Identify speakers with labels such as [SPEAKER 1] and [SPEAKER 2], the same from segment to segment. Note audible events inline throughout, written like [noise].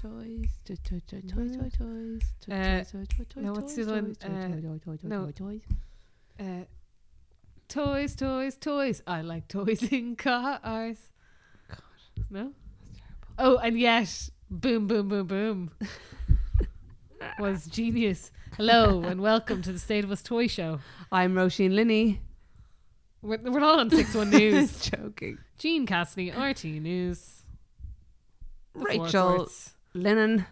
[SPEAKER 1] toy, toy, toy, toy, toy, toys, toy,
[SPEAKER 2] Uh,
[SPEAKER 1] toys, toy, toy, toy,
[SPEAKER 2] no, what's
[SPEAKER 1] toys,
[SPEAKER 2] the one,
[SPEAKER 1] toys, toy,
[SPEAKER 2] uh,
[SPEAKER 1] toy, toy, toy, toy,
[SPEAKER 2] no.
[SPEAKER 1] toy, toys.
[SPEAKER 2] Uh, toys, toys, toys. I like toys [laughs] in cars. God. No? Oh, and yet, boom, boom,
[SPEAKER 1] [laughs]
[SPEAKER 2] boom, boom was genius. Hello, and welcome to the State of Us Toy Show.
[SPEAKER 1] I'm Roisin Linney.
[SPEAKER 2] We're, we're not
[SPEAKER 1] [laughs]
[SPEAKER 2] on 61 News.
[SPEAKER 1] joking.
[SPEAKER 2] Gene Cassidy, RT News. the
[SPEAKER 1] Rachel
[SPEAKER 2] Forwards.
[SPEAKER 1] Lennon.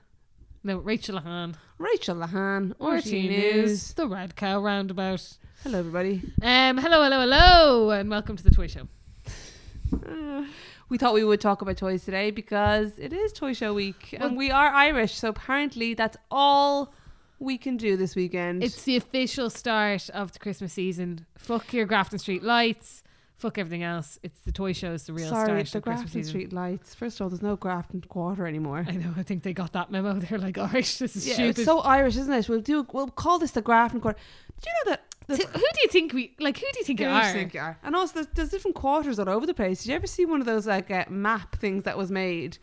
[SPEAKER 2] No, Rachel Lahan.
[SPEAKER 1] Rachel Lahan.
[SPEAKER 2] RT
[SPEAKER 1] RT
[SPEAKER 2] News.
[SPEAKER 1] News.
[SPEAKER 2] The Red Cow Roundabout.
[SPEAKER 1] Hello, everybody.
[SPEAKER 2] Um, hello, hello, hello, and welcome to the Toy Show.
[SPEAKER 1] Uh, We thought we would talk about toys today because it is Toy Show Week
[SPEAKER 2] Well-
[SPEAKER 1] and we are Irish, so apparently that's all we can do this weekend.
[SPEAKER 2] It's the official start of the Christmas season. Fuck your Grafton Street lights. Fuck everything else. It's the toy show. It's the real
[SPEAKER 1] Sorry,
[SPEAKER 2] start
[SPEAKER 1] the
[SPEAKER 2] of Christmas
[SPEAKER 1] Grafton
[SPEAKER 2] season.
[SPEAKER 1] Street lights. First of all, there's no Grafton Quarter anymore.
[SPEAKER 2] I know. I think they got that memo. [laughs] They're like, "Irish, this is
[SPEAKER 1] Yeah,
[SPEAKER 2] stupid."
[SPEAKER 1] it's so Irish, isn't it? We'll do. We'll call this the Grafton Quarter. Do you know that?
[SPEAKER 2] T- who do you think we like? Who do you think you
[SPEAKER 1] Irish
[SPEAKER 2] are?
[SPEAKER 1] think you are. And also, there's, there's different quarters all over the place. Did you ever see one of those like uh, map things that was made?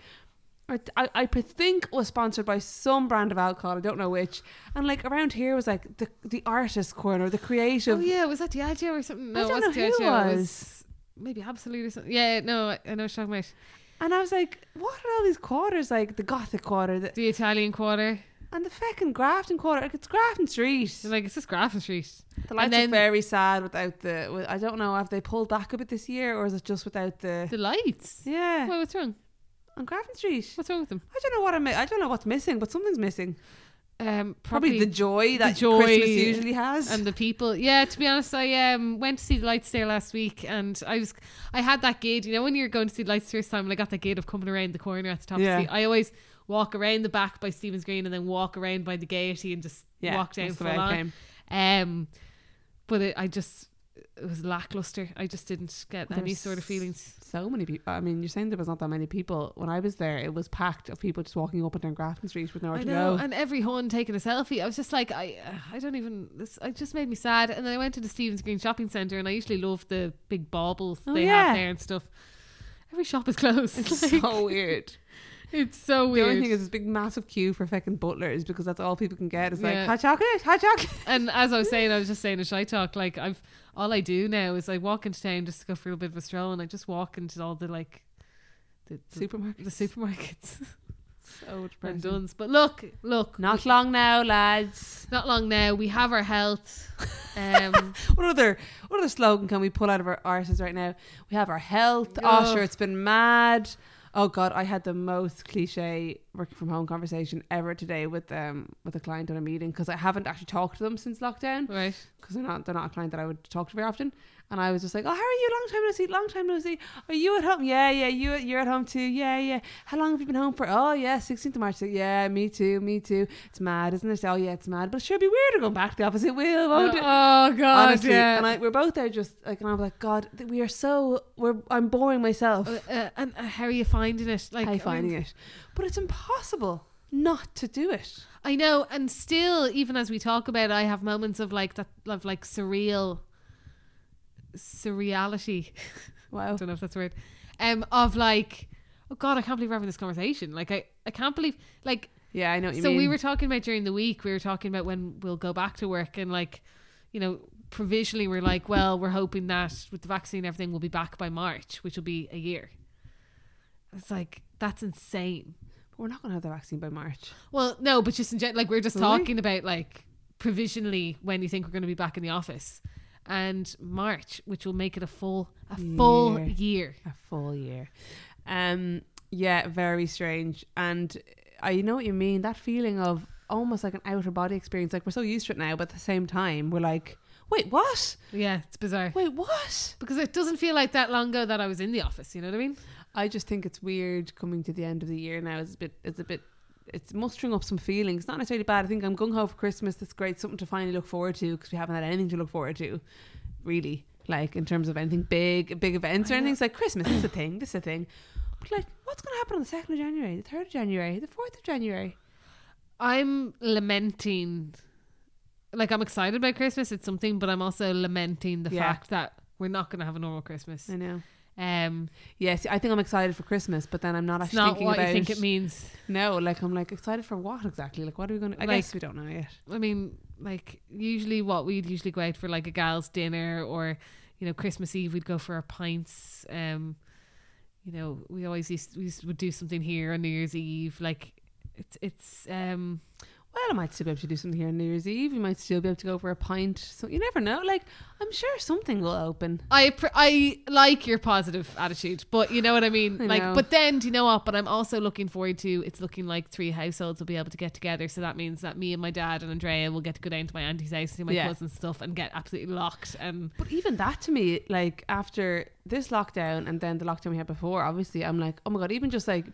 [SPEAKER 1] Or th- I, I pre- think was sponsored by some brand of alcohol. I don't know which. And like around here was like the the artist corner, the creative.
[SPEAKER 2] oh yeah, was that Diageo or something? No,
[SPEAKER 1] I don't
[SPEAKER 2] it wasn't
[SPEAKER 1] know who
[SPEAKER 2] Diageo. It
[SPEAKER 1] was.
[SPEAKER 2] maybe Absolute or something. Yeah, no, I, I know what you're talking about
[SPEAKER 1] And I was like, what are all these quarters? Like the Gothic quarter, the,
[SPEAKER 2] the Italian Quarter.
[SPEAKER 1] and the feckin' Grafton quarter. Like it's Grafton Street.
[SPEAKER 2] You're like, it's just
[SPEAKER 1] [laughs]
[SPEAKER 2] Grafton Street.
[SPEAKER 1] The lights
[SPEAKER 2] then-
[SPEAKER 1] are very sad without the. With, I don't know. Have they pulled back a bit this year, or is it just without the?
[SPEAKER 2] The lights.
[SPEAKER 1] yeah,
[SPEAKER 2] Why, what's wrong?
[SPEAKER 1] on Grafton Street.
[SPEAKER 2] What's wrong with them?
[SPEAKER 1] I don't know what I'm. I don't know what's missing, but something's missing.
[SPEAKER 2] Um,
[SPEAKER 1] Probably, the joy that
[SPEAKER 2] joy
[SPEAKER 1] Christmas usually has.
[SPEAKER 2] and the people. Yeah, to be honest, I um went to see the lights there last week, and I was I had that gig. You know, when you're going to see the lights first time, and I got that gig of coming around the corner at the top.
[SPEAKER 1] Yeah.
[SPEAKER 2] Of the, I always walk around the back by Stephen's Green, and then walk around by the Gaiety, and just walk down
[SPEAKER 1] that's the
[SPEAKER 2] full
[SPEAKER 1] way it
[SPEAKER 2] on.
[SPEAKER 1] came.
[SPEAKER 2] Um, but it, I just it was lackluster. I just didn't get
[SPEAKER 1] Well,
[SPEAKER 2] any
[SPEAKER 1] there's-
[SPEAKER 2] sort of feelings.
[SPEAKER 1] So many people. I mean, you're saying there was not that many people. When I was there, it was packed of people just walking up and down Grafton Street with nowhere
[SPEAKER 2] I
[SPEAKER 1] to
[SPEAKER 2] know,
[SPEAKER 1] go.
[SPEAKER 2] and every horn taking a selfie. I was just like, I, uh, I don't even. This, it just made me sad. And then I went to the Stevens Green Shopping Centre, and I usually love the big baubles
[SPEAKER 1] Oh,
[SPEAKER 2] they
[SPEAKER 1] yeah.
[SPEAKER 2] have there and stuff. Every shop is [laughs] closed.
[SPEAKER 1] It's
[SPEAKER 2] Like,
[SPEAKER 1] so weird.
[SPEAKER 2] it's so
[SPEAKER 1] The
[SPEAKER 2] weird.
[SPEAKER 1] only thing is this big massive queue for fucking butlers because that's all people can get. It's like
[SPEAKER 2] Yeah.
[SPEAKER 1] hot chocolate, hot chocolate. [laughs]
[SPEAKER 2] and as I was saying, I was just saying a shy talk. Like I've all I do now is I walk into town just to go for a little bit of a stroll, and I just walk into all the like, the the,
[SPEAKER 1] Supermarket.
[SPEAKER 2] the supermarkets [laughs]
[SPEAKER 1] So
[SPEAKER 2] and
[SPEAKER 1] depressing.
[SPEAKER 2] Duns. But look, look,
[SPEAKER 1] Not long now, lads.
[SPEAKER 2] not long now. We have our health.
[SPEAKER 1] [laughs]
[SPEAKER 2] Um,
[SPEAKER 1] What other what other slogan can we pull out of our arses right now? We have our health.
[SPEAKER 2] Ugh.
[SPEAKER 1] Oh, sure, it's been mad. Oh God, I had the most cliche working from home conversation ever today with um with a client on a meeting because I haven't actually talked to them since lockdown
[SPEAKER 2] right.
[SPEAKER 1] because they're not they're not a client that I would talk to very often. And I was just like, oh, how are you? Long time no see. Long time no see. Are you at home? Yeah, yeah. You you're at home too. Yeah, yeah. How long have you been home for? Oh, yeah, 16th of March. So, yeah, me too. Me too. It's mad, isn't it? Oh, yeah, it's mad. But it sure be weirder going back to the office. It will, won't it?
[SPEAKER 2] oh God,
[SPEAKER 1] honestly.
[SPEAKER 2] yeah.
[SPEAKER 1] And I, we're both there just like, and I'm like, God, th- we are so, we're, I'm boring myself.
[SPEAKER 2] Uh, uh, and uh, how are you finding it? Like
[SPEAKER 1] How
[SPEAKER 2] I
[SPEAKER 1] you finding
[SPEAKER 2] mean,
[SPEAKER 1] it? But it's impossible not to do it.
[SPEAKER 2] I know, and still, even as we talk about, it, I have moments of like that of like surreal, surreality. [laughs] I
[SPEAKER 1] Wow.
[SPEAKER 2] don't know if that's a word. Um, of like, oh God, I can't believe we're having this conversation. Like I, I can't believe like.
[SPEAKER 1] Yeah, I know what you
[SPEAKER 2] so
[SPEAKER 1] mean.
[SPEAKER 2] we were talking about during the week. We were talking about when we'll go back to work and like, you know, provisionally we're like, well, we're hoping that with the vaccine, and everything will be back by March, which will be a year. It's like that's insane.
[SPEAKER 1] But we're not going to have the vaccine by March.
[SPEAKER 2] Well, no, but just in gen- like we're just
[SPEAKER 1] Really?
[SPEAKER 2] talking about like provisionally when you think we're going to be back in the office, and March, which will make it a full a full
[SPEAKER 1] Year.
[SPEAKER 2] year.
[SPEAKER 1] A full year. Um, yeah, very strange. And I know what you mean. That feeling of almost like an outer body experience. Like we're so used to it now, but at the same time, we're like, wait, what?
[SPEAKER 2] Yeah, it's bizarre
[SPEAKER 1] Wait, what?
[SPEAKER 2] because it doesn't feel like that long ago that I was in the office. You know what I mean?
[SPEAKER 1] I just think it's weird coming to the end of the year now. It's a bit, it's a bit, it's mustering up some feelings. Not necessarily bad. I think I'm gung ho for Christmas. That's great. Something to finally look forward to because we haven't had anything to look forward to, really. Like in terms of anything big, big events or
[SPEAKER 2] I know.
[SPEAKER 1] anything. It's like Christmas. This is a thing. This is a thing. But like, what's going to happen on the second of January, the third of January, the fourth of January?
[SPEAKER 2] I'm lamenting, like I'm excited about Christmas. It's something, but I'm also lamenting the
[SPEAKER 1] Yeah. Mm.
[SPEAKER 2] fact that we're not going to have a normal Christmas.
[SPEAKER 1] I know.
[SPEAKER 2] Um,
[SPEAKER 1] Yes, I think I'm excited for Christmas, but then I'm not
[SPEAKER 2] it's
[SPEAKER 1] actually
[SPEAKER 2] not
[SPEAKER 1] thinking
[SPEAKER 2] what
[SPEAKER 1] about
[SPEAKER 2] you think it means.
[SPEAKER 1] No, like I'm like excited for what exactly? Like what are we going to? I
[SPEAKER 2] Like-
[SPEAKER 1] guess we don't know yet.
[SPEAKER 2] I mean, like usually what we'd usually go out for like a gal's dinner or you know Christmas Eve we'd go for our pints. Um, you know we always used we used, would do something here on New Year's Eve. Like it's it's um
[SPEAKER 1] Well, I might still be able to do something here on New Year's Eve. You might still be able to go for a pint. So you never know. Like I'm sure something will open.
[SPEAKER 2] I pr- I like your positive attitude, but you know what I mean.
[SPEAKER 1] I
[SPEAKER 2] like,
[SPEAKER 1] know.
[SPEAKER 2] but then do you know what? But I'm also looking forward to. It's looking like three households will be able to get together, so that means that me and my dad and Andrea will get to go down to my auntie's house, see my
[SPEAKER 1] Yeah.
[SPEAKER 2] cousins' stuff, and get absolutely locked. And
[SPEAKER 1] But even that to me, like after this lockdown and then the lockdown we had before, obviously I'm like, oh my god, even just like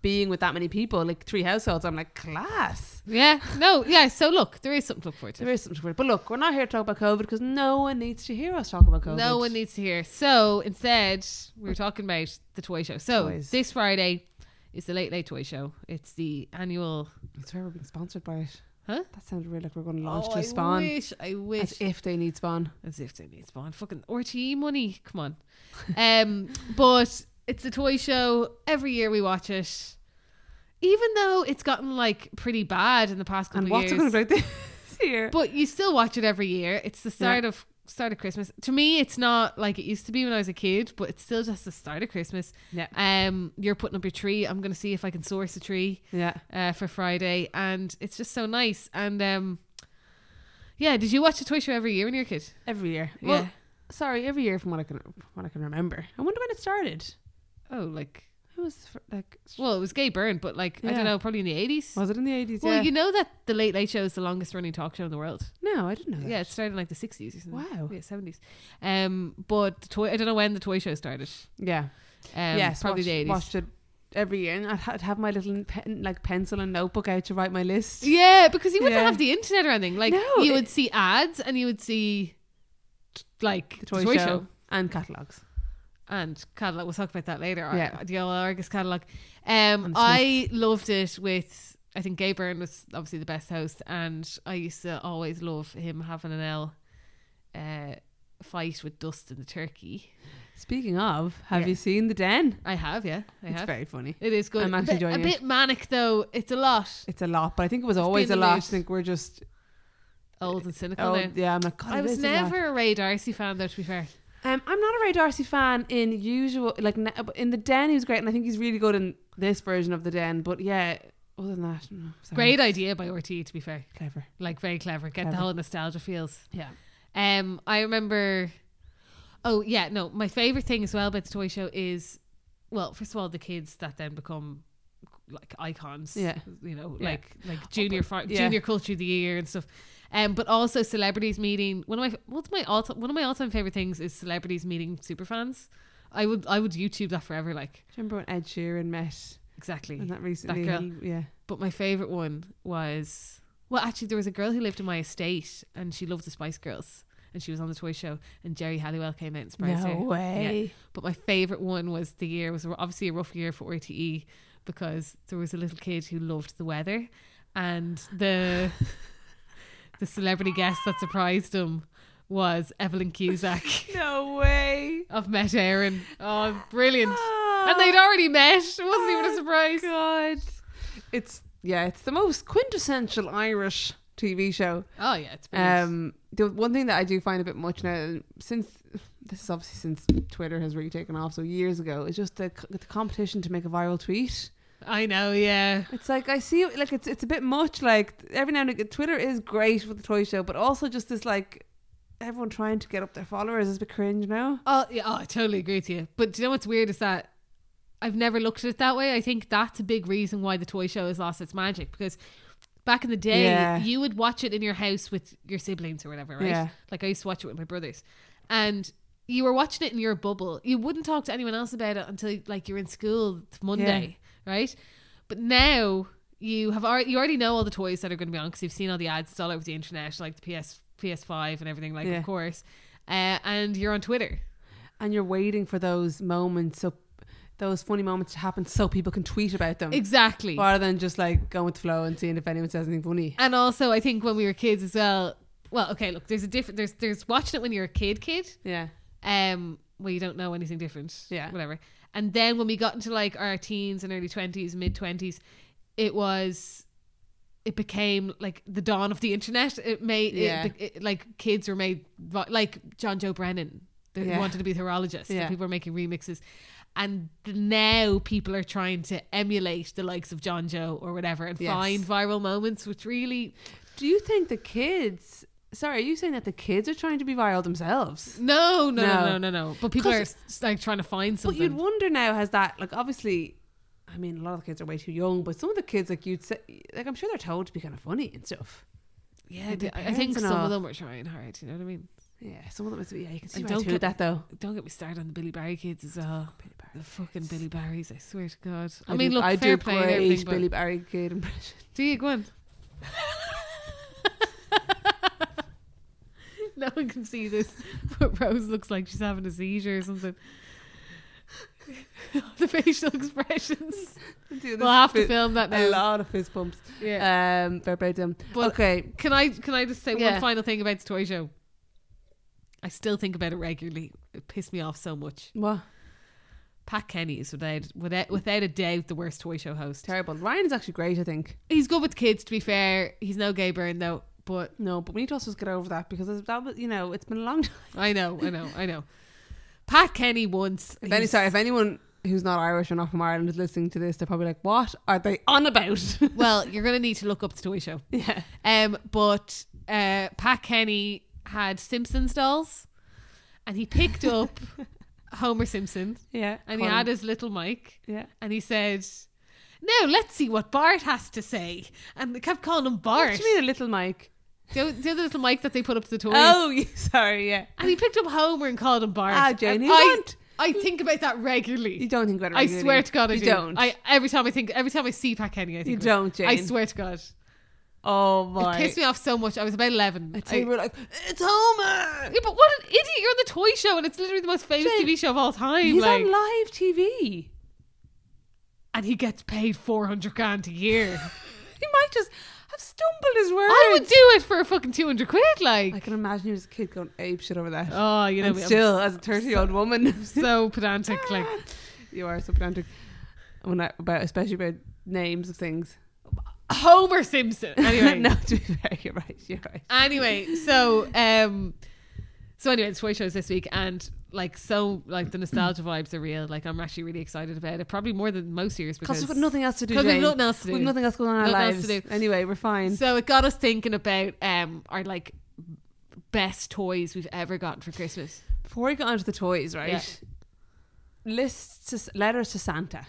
[SPEAKER 1] being with that many people, like three households, I'm like, class.
[SPEAKER 2] yeah, no, yeah. So look, there is something to look forward to.
[SPEAKER 1] There is something for it. But look, we're not here to talk about COVID because no one needs to hear us talk about COVID.
[SPEAKER 2] No one needs to hear. So instead, we were talking about the toy show. So
[SPEAKER 1] Toys.
[SPEAKER 2] this Friday is the Late Late Toy Show. It's the annual.
[SPEAKER 1] That's where we're being sponsored by it.
[SPEAKER 2] Huh?
[SPEAKER 1] That sounded weird. Like we're going to launch
[SPEAKER 2] Oh,
[SPEAKER 1] to Spawn.
[SPEAKER 2] I wish. I wish.
[SPEAKER 1] As if they need Spawn.
[SPEAKER 2] As if they need Spawn. Fucking RTE money. Come on. [laughs] Um, but it's a toy show. Every year we watch it. Even though it's gotten like pretty bad in the past couple
[SPEAKER 1] And
[SPEAKER 2] of
[SPEAKER 1] what's
[SPEAKER 2] years.
[SPEAKER 1] it going to do this [laughs] year?
[SPEAKER 2] But you still watch it every year. It's the start of start of Christmas. To me, it's not like it used to be when I was a kid, but it's still just the start of Christmas.
[SPEAKER 1] Yeah.
[SPEAKER 2] Um, you're putting up your tree. I'm gonna see if I can source a tree
[SPEAKER 1] Yeah.
[SPEAKER 2] uh, for Friday, and it's just so nice. And um, yeah, did you watch the toy show every year when you were a kid?
[SPEAKER 1] Every year.
[SPEAKER 2] Well,
[SPEAKER 1] Well, sorry, every year from what I can from what I can remember. I wonder when it started.
[SPEAKER 2] Oh, like
[SPEAKER 1] Who was the fir- like
[SPEAKER 2] well, it was Gay Byrne, but like I
[SPEAKER 1] Yeah.
[SPEAKER 2] don't know, probably in the eighties.
[SPEAKER 1] was it in the 80s?
[SPEAKER 2] Well,
[SPEAKER 1] yeah.
[SPEAKER 2] you know that the Late Late Show is the longest running talk show in the world.
[SPEAKER 1] no, I didn't know that.
[SPEAKER 2] Yeah, it started in like the sixties or something.
[SPEAKER 1] Oh, Wow.
[SPEAKER 2] Yeah, seventies. Um, but the toy I don't know when the toy show started.
[SPEAKER 1] Yeah.
[SPEAKER 2] Um,
[SPEAKER 1] yes,
[SPEAKER 2] probably
[SPEAKER 1] watched,
[SPEAKER 2] the eighties.
[SPEAKER 1] watched it every year and I'd, ha- I'd have my little pen, like pencil and notebook out to write my list.
[SPEAKER 2] Yeah, because you wouldn't
[SPEAKER 1] Yeah.
[SPEAKER 2] have the internet or anything. Like
[SPEAKER 1] No,
[SPEAKER 2] you
[SPEAKER 1] it-
[SPEAKER 2] would see ads and you would see t- like
[SPEAKER 1] The toy, show, and catalogs.
[SPEAKER 2] and catalog. We'll talk about that later. Ar-
[SPEAKER 1] Yeah.
[SPEAKER 2] the old Argus catalog. Um,
[SPEAKER 1] And
[SPEAKER 2] I loved it with. I think Gay Byrne was obviously the best host, and I used to always love him having an L uh, fight with Dust and the turkey.
[SPEAKER 1] Speaking of, have
[SPEAKER 2] Yeah.
[SPEAKER 1] you seen The Den?
[SPEAKER 2] I have, yeah, I
[SPEAKER 1] it's
[SPEAKER 2] have.
[SPEAKER 1] very funny.
[SPEAKER 2] It is good.
[SPEAKER 1] I'm actually
[SPEAKER 2] a bit, a
[SPEAKER 1] enjoying it.
[SPEAKER 2] bit manic though. It's a lot
[SPEAKER 1] It's a lot, but I think it was always
[SPEAKER 2] been
[SPEAKER 1] a
[SPEAKER 2] the
[SPEAKER 1] lot. I
[SPEAKER 2] mood.
[SPEAKER 1] think we're just
[SPEAKER 2] old and cynical.
[SPEAKER 1] oh
[SPEAKER 2] now.
[SPEAKER 1] yeah. I'm like God,
[SPEAKER 2] I
[SPEAKER 1] it
[SPEAKER 2] was
[SPEAKER 1] is a lot.
[SPEAKER 2] never a Ray Darcy fan though. To be fair,
[SPEAKER 1] Um, I'm not a Ray Darcy fan in usual, like n- but in the Den. He was great, and I think he's really good in this version of the Den. But yeah, other than that, no, sorry.
[SPEAKER 2] great idea by RTE. To be fair,
[SPEAKER 1] clever.
[SPEAKER 2] like very clever. Get the
[SPEAKER 1] Clever.
[SPEAKER 2] whole nostalgia feels.
[SPEAKER 1] Yeah,
[SPEAKER 2] Um, I remember. Oh yeah, no. My favorite thing as well about the toy show is, well, first of all, the kids that then become like icons.
[SPEAKER 1] Yeah.
[SPEAKER 2] you know,
[SPEAKER 1] Yeah.
[SPEAKER 2] like like junior fri-
[SPEAKER 1] yeah.
[SPEAKER 2] junior culture of the year and stuff. Um, but also celebrities meeting one of my what's my all one of my all time favorite things is celebrities meeting superfans. I would I would YouTube that forever. Like
[SPEAKER 1] do you remember when Ed Sheeran met
[SPEAKER 2] exactly.
[SPEAKER 1] and that recently?
[SPEAKER 2] girl.
[SPEAKER 1] he- yeah,
[SPEAKER 2] But my favorite one was well, actually, there was a girl who lived in my estate, and she loved the Spice Girls, and she was on the toy show, and Jerry Halliwell came out and surprised her.
[SPEAKER 1] way.
[SPEAKER 2] But my favorite one was the year was obviously a rough year for RTE because there was a little kid who loved the weather, and
[SPEAKER 1] [laughs]
[SPEAKER 2] the the celebrity guest that surprised him was Evelyn
[SPEAKER 1] [laughs]
[SPEAKER 2] Cusack
[SPEAKER 1] No way. Ah.
[SPEAKER 2] of Met Aaron. Oh, brilliant! And
[SPEAKER 1] and
[SPEAKER 2] they'd already met. It wasn't even a
[SPEAKER 1] Oh,
[SPEAKER 2] surprise.
[SPEAKER 1] God, it's yeah, it's the most quintessential Irish TV show.
[SPEAKER 2] Oh yeah, it's brilliant.
[SPEAKER 1] Um, the one thing that I do find a bit much now, and since this is obviously since Twitter has really taken off, so years ago, is just the, the competition to make a viral tweet.
[SPEAKER 2] I know. Yeah.
[SPEAKER 1] It's like I see, like it's it's a bit much. Like every now and again, Twitter is great with the toy show, but also just this like everyone trying to get up their followers is a bit cringe now.
[SPEAKER 2] Oh, yeah, oh, I totally agree with you. But do you know what's weird is that I've never looked at it that way. I think that's a big reason why the toy show has lost its magic because back in the day,
[SPEAKER 1] Yeah.
[SPEAKER 2] you would watch it in your house with your siblings or whatever, right?
[SPEAKER 1] Yeah.
[SPEAKER 2] Like I used to watch it with my brothers. And you were watching it in your bubble. You wouldn't talk to anyone else about it until like you're in school Monday, right? But now you have already, you already know all the toys that are going to be on because you've seen all the ads. It's all over the internet, like the PS PS5 and everything, like
[SPEAKER 1] Yeah.
[SPEAKER 2] of course. Uh, and you're on Twitter.
[SPEAKER 1] And you're waiting for those moments, so those funny moments to happen, so people can tweet about them,
[SPEAKER 2] Exactly.
[SPEAKER 1] rather than just like going with the flow and seeing if anyone says anything funny.
[SPEAKER 2] And also, I think when we were kids as well. Well, okay, look, there's a different. There's there's watching it when you're a kid, kid.
[SPEAKER 1] Yeah,
[SPEAKER 2] Um, well, you don't know anything different.
[SPEAKER 1] Yeah.
[SPEAKER 2] Whatever. And then when we got into like our teens and early 20s, mid 20s, it was, it became like the dawn of the internet. It made,
[SPEAKER 1] Yeah.
[SPEAKER 2] it, it, like kids were made, vi- like John Joe Brennan, that
[SPEAKER 1] Yeah.
[SPEAKER 2] wanted to be a horologist. and
[SPEAKER 1] Yeah.
[SPEAKER 2] people were making remixes. And now people are trying to emulate the likes of John Joe or whatever and
[SPEAKER 1] Yes.
[SPEAKER 2] find viral moments, which really
[SPEAKER 1] Do you think the kids? Sorry, are you saying that the kids are trying to be viral themselves?
[SPEAKER 2] no, no, no,
[SPEAKER 1] No.
[SPEAKER 2] no, no, no. But people are
[SPEAKER 1] 'Cause-
[SPEAKER 2] s- like trying to find something.
[SPEAKER 1] But you'd wonder now, has that like obviously? I mean, a lot of the kids are way too young, but some of the kids, like you'd say, like I'm sure they're told to be kind of funny and stuff.
[SPEAKER 2] Yeah,
[SPEAKER 1] Like
[SPEAKER 2] d-
[SPEAKER 1] the
[SPEAKER 2] I think
[SPEAKER 1] parents and
[SPEAKER 2] some
[SPEAKER 1] all.
[SPEAKER 2] of them were trying hard. You know what I mean?
[SPEAKER 1] Yeah, some of them. Is, yeah, you can see
[SPEAKER 2] And
[SPEAKER 1] why
[SPEAKER 2] don't
[SPEAKER 1] don't do
[SPEAKER 2] get-
[SPEAKER 1] that though.
[SPEAKER 2] Don't get me started on the Billy Barry kids as well.
[SPEAKER 1] Billy Barry
[SPEAKER 2] The fucking Billy Barrys, I swear to God. I,
[SPEAKER 1] do-
[SPEAKER 2] mean, look,
[SPEAKER 1] I
[SPEAKER 2] fair
[SPEAKER 1] do
[SPEAKER 2] play
[SPEAKER 1] a
[SPEAKER 2] and
[SPEAKER 1] great
[SPEAKER 2] everything,
[SPEAKER 1] Billy
[SPEAKER 2] but
[SPEAKER 1] Barry kid [laughs] impression.
[SPEAKER 2] [laughs] do you go on? no one can see this, [laughs] but Rose looks like she's having a seizure or something. [laughs] the facial expressions.
[SPEAKER 1] Do this
[SPEAKER 2] We'll have to
[SPEAKER 1] bit-
[SPEAKER 2] film that
[SPEAKER 1] a
[SPEAKER 2] now.
[SPEAKER 1] lot of fist pumps.
[SPEAKER 2] Yeah.
[SPEAKER 1] Um, fair play to them.
[SPEAKER 2] But-
[SPEAKER 1] okay,
[SPEAKER 2] Can I can I just say
[SPEAKER 1] Yeah.
[SPEAKER 2] one final thing about the toy show? I still think about it regularly. It pissed me off so much.
[SPEAKER 1] well,
[SPEAKER 2] Pat Kenny is without without without a doubt the worst toy show host.
[SPEAKER 1] terrible. Ryan's actually great, I think.
[SPEAKER 2] He's good with kids, to be fair. He's no gay burn though. But
[SPEAKER 1] No, but we need to also get over that because that was, you know, it's been a long time.
[SPEAKER 2] I know, I know, I know. Pat Kenny once.
[SPEAKER 1] If any,
[SPEAKER 2] he's-
[SPEAKER 1] sorry, if anyone who's not Irish or not from Ireland is listening to this, they're probably like, "What are they on about?" [laughs]
[SPEAKER 2] well, you're gonna need to look up the toy show.
[SPEAKER 1] yeah,
[SPEAKER 2] Um, but uh, Pat Kenny had Simpsons dolls, and he picked up Homer Simpson,
[SPEAKER 1] yeah,
[SPEAKER 2] and he had his little mic.
[SPEAKER 1] yeah.
[SPEAKER 2] and he said, "Now let's see what Bart has to say." And they kept calling him
[SPEAKER 1] What
[SPEAKER 2] Bart.
[SPEAKER 1] do you mean a little mic?
[SPEAKER 2] The, the other little mic that they put up to the toys.
[SPEAKER 1] Oh,
[SPEAKER 2] [laughs]
[SPEAKER 1] yeah, sorry, yeah.
[SPEAKER 2] And he picked up Homer and called him Bart.
[SPEAKER 1] Ah, Jane,
[SPEAKER 2] And
[SPEAKER 1] he
[SPEAKER 2] I,
[SPEAKER 1] don't.
[SPEAKER 2] I think about that
[SPEAKER 1] You
[SPEAKER 2] regularly.
[SPEAKER 1] don't think about it.
[SPEAKER 2] I
[SPEAKER 1] regularly.
[SPEAKER 2] swear to God, I
[SPEAKER 1] you
[SPEAKER 2] do.
[SPEAKER 1] not
[SPEAKER 2] I every time I think, every time I see Pat Kenny, I think
[SPEAKER 1] you
[SPEAKER 2] about
[SPEAKER 1] don't,
[SPEAKER 2] it.
[SPEAKER 1] Jane.
[SPEAKER 2] I swear to God,
[SPEAKER 1] Oh
[SPEAKER 2] it
[SPEAKER 1] my!
[SPEAKER 2] pissed me off so much. I was about eleven.
[SPEAKER 1] I
[SPEAKER 2] I-
[SPEAKER 1] tell you, we're like, it's Homer.
[SPEAKER 2] yeah, but what an idiot! You're on the toy show, and it's literally the most famous
[SPEAKER 1] Jane,
[SPEAKER 2] TV show of all time.
[SPEAKER 1] He's
[SPEAKER 2] like,
[SPEAKER 1] on live TV.
[SPEAKER 2] and he gets paid four hundred grand
[SPEAKER 1] [laughs]
[SPEAKER 2] a year.
[SPEAKER 1] He might just have stumbled his words.
[SPEAKER 2] I would do it for a fucking two hundred quid. Like,
[SPEAKER 1] I can imagine you as a kid going ape shit over that.
[SPEAKER 2] oh, you know,
[SPEAKER 1] and
[SPEAKER 2] me, I'm
[SPEAKER 1] still, as a thirty-year-old woman, [laughs]
[SPEAKER 2] so pedantic. Like
[SPEAKER 1] you are so pedantic. When I, about especially about names of things. [laughs]
[SPEAKER 2] Homer Simpson. Anyway,
[SPEAKER 1] Ah. no, to be fair, you're right. You're right.
[SPEAKER 2] anyway. So, um, so anyway, it's toy shows this week, and like so, like the nostalgia vibes are real. Like I'm actually really excited about it, probably more than most years
[SPEAKER 1] Because
[SPEAKER 2] because
[SPEAKER 1] we've got nothing else to do.
[SPEAKER 2] 'cause we've
[SPEAKER 1] Jane.
[SPEAKER 2] nothing else to do.
[SPEAKER 1] We've nothing else going on in our
[SPEAKER 2] Nothing
[SPEAKER 1] lives.
[SPEAKER 2] else to
[SPEAKER 1] Anyway, we're fine.
[SPEAKER 2] So it got us thinking about um our like best toys we've ever gotten for Christmas.
[SPEAKER 1] Before we get onto the toys, right? Lists to, letters to Santa.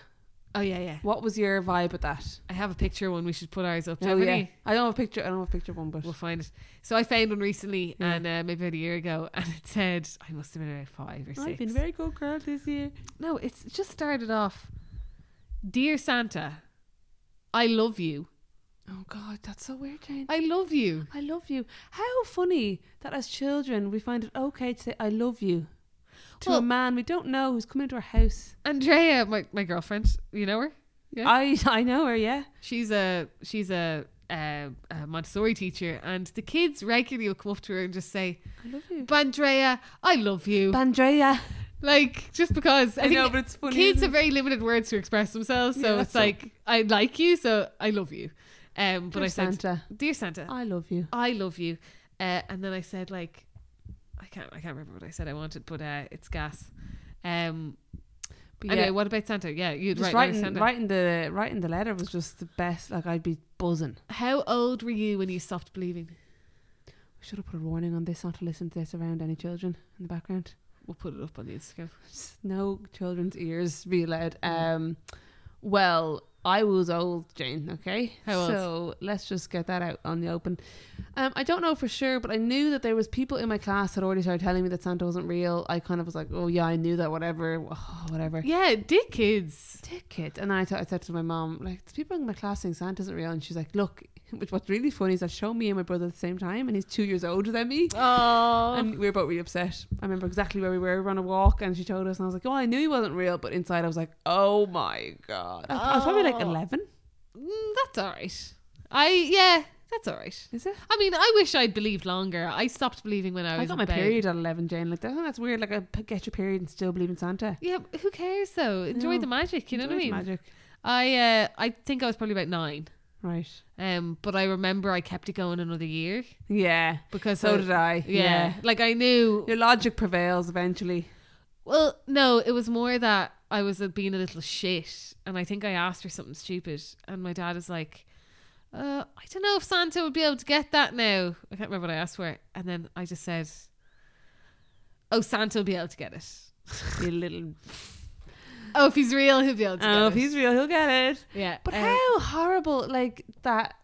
[SPEAKER 2] Oh yeah, yeah.
[SPEAKER 1] What was your vibe with that?
[SPEAKER 2] I have a picture of one. We should put ours up.
[SPEAKER 1] Oh,
[SPEAKER 2] don't
[SPEAKER 1] yeah.
[SPEAKER 2] we?
[SPEAKER 1] I don't have a picture. I don't have a picture of one, but
[SPEAKER 2] We'll find it. So I found one recently,
[SPEAKER 1] Yeah.
[SPEAKER 2] and uh, maybe about a year ago, and it said I must have been about five or 6
[SPEAKER 1] I've been a very good girl this year.
[SPEAKER 2] No, it's it just started off. Dear Santa, I love you.
[SPEAKER 1] Oh God, that's so weird, Jane.
[SPEAKER 2] I love you.
[SPEAKER 1] I love you. How funny that as children we find it okay to say I love you to
[SPEAKER 2] Well-
[SPEAKER 1] a man we don't know who's coming into our house.
[SPEAKER 2] Andrea, my, my girlfriend, you know her? Yeah.
[SPEAKER 1] I I know her, yeah.
[SPEAKER 2] She's a she's a, uh a Montessori teacher, and the kids regularly will come up to her and just say,
[SPEAKER 1] I love you.
[SPEAKER 2] "Andrea, I love you."
[SPEAKER 1] Bandrea.
[SPEAKER 2] like just because I,
[SPEAKER 1] I
[SPEAKER 2] think
[SPEAKER 1] know, but it's funny.
[SPEAKER 2] kids
[SPEAKER 1] isn't
[SPEAKER 2] have very limited words to express themselves, so
[SPEAKER 1] Yeah,
[SPEAKER 2] it's
[SPEAKER 1] that's all.
[SPEAKER 2] like I like you, so I love you. Um,
[SPEAKER 1] it?
[SPEAKER 2] but
[SPEAKER 1] Dear
[SPEAKER 2] I said,
[SPEAKER 1] Santa,
[SPEAKER 2] "Dear Santa,
[SPEAKER 1] I love you.
[SPEAKER 2] I love you. Uh, and then I said like, I can't, I can't remember what I said I wanted, but uh, it's gas. Um,
[SPEAKER 1] But
[SPEAKER 2] anyway,
[SPEAKER 1] yeah,
[SPEAKER 2] what about Santa? Yeah, you'd
[SPEAKER 1] just
[SPEAKER 2] write,
[SPEAKER 1] writing,
[SPEAKER 2] Santa.
[SPEAKER 1] writing the writing the letter was just the best. Like I'd be buzzing.
[SPEAKER 2] How old were you when you stopped believing?
[SPEAKER 1] We should have put a warning on this not to listen to this around any children in the background.
[SPEAKER 2] We'll put it up on the Instagram.
[SPEAKER 1] Just no children's ears be allowed.
[SPEAKER 2] Mm.
[SPEAKER 1] Um, well, I was old, Jane. Okay,
[SPEAKER 2] How old?
[SPEAKER 1] so let's just get that out on the open. Um, I don't know for sure, but I knew that there was people in my class that already started telling me that Santa wasn't real. I kind of was like, oh yeah, I knew that. Whatever, oh, whatever.
[SPEAKER 2] Yeah, dick kids.
[SPEAKER 1] Ticket. And I thought I said to my mom, like, there's people in my class saying Santa's isn't real, and she's like, look. [laughs] Which what's really funny is that show me and my brother at the same time, and he's two years older than me.
[SPEAKER 2] Oh,
[SPEAKER 1] And we were both really upset. I remember exactly where we were. We were on a walk, and she told us, and I was like, "Oh, I knew he wasn't real," but inside I was like, "Oh my god!" I, I was probably like
[SPEAKER 2] Oh.
[SPEAKER 1] eleven.
[SPEAKER 2] Mm, that's all right. I yeah, That's all right.
[SPEAKER 1] Is it?
[SPEAKER 2] I mean, I wish I'd believed longer. I stopped believing when I
[SPEAKER 1] I,
[SPEAKER 2] was
[SPEAKER 1] got my
[SPEAKER 2] about-
[SPEAKER 1] period at 11, Jane. Like, I think that's weird. Like, I p- get your period and still believe in Santa.
[SPEAKER 2] Yeah, but who cares though? Enjoy
[SPEAKER 1] No.
[SPEAKER 2] the magic. You know
[SPEAKER 1] Enjoy
[SPEAKER 2] what I
[SPEAKER 1] the
[SPEAKER 2] mean?
[SPEAKER 1] Magic.
[SPEAKER 2] I uh, I think I was probably about nine.
[SPEAKER 1] Right.
[SPEAKER 2] Um, but I remember I kept it going another year
[SPEAKER 1] Yeah.
[SPEAKER 2] because
[SPEAKER 1] So
[SPEAKER 2] I-
[SPEAKER 1] did I.
[SPEAKER 2] Yeah, like I knew.
[SPEAKER 1] Your logic prevails eventually.
[SPEAKER 2] Well, no, it was more that I was uh, being a little shit, and I think I asked for something stupid, and my dad was like, uh, "I don't know if Santa would be able to get that now." I can't remember what I asked for, and then I just said, "Oh, Santa will be able to get it.
[SPEAKER 1] You little.
[SPEAKER 2] Oh, if he's real, he'll be able to get
[SPEAKER 1] Oh,
[SPEAKER 2] it."
[SPEAKER 1] if he's real, he'll get it.
[SPEAKER 2] yeah,
[SPEAKER 1] But
[SPEAKER 2] uh,
[SPEAKER 1] how horrible, like, that.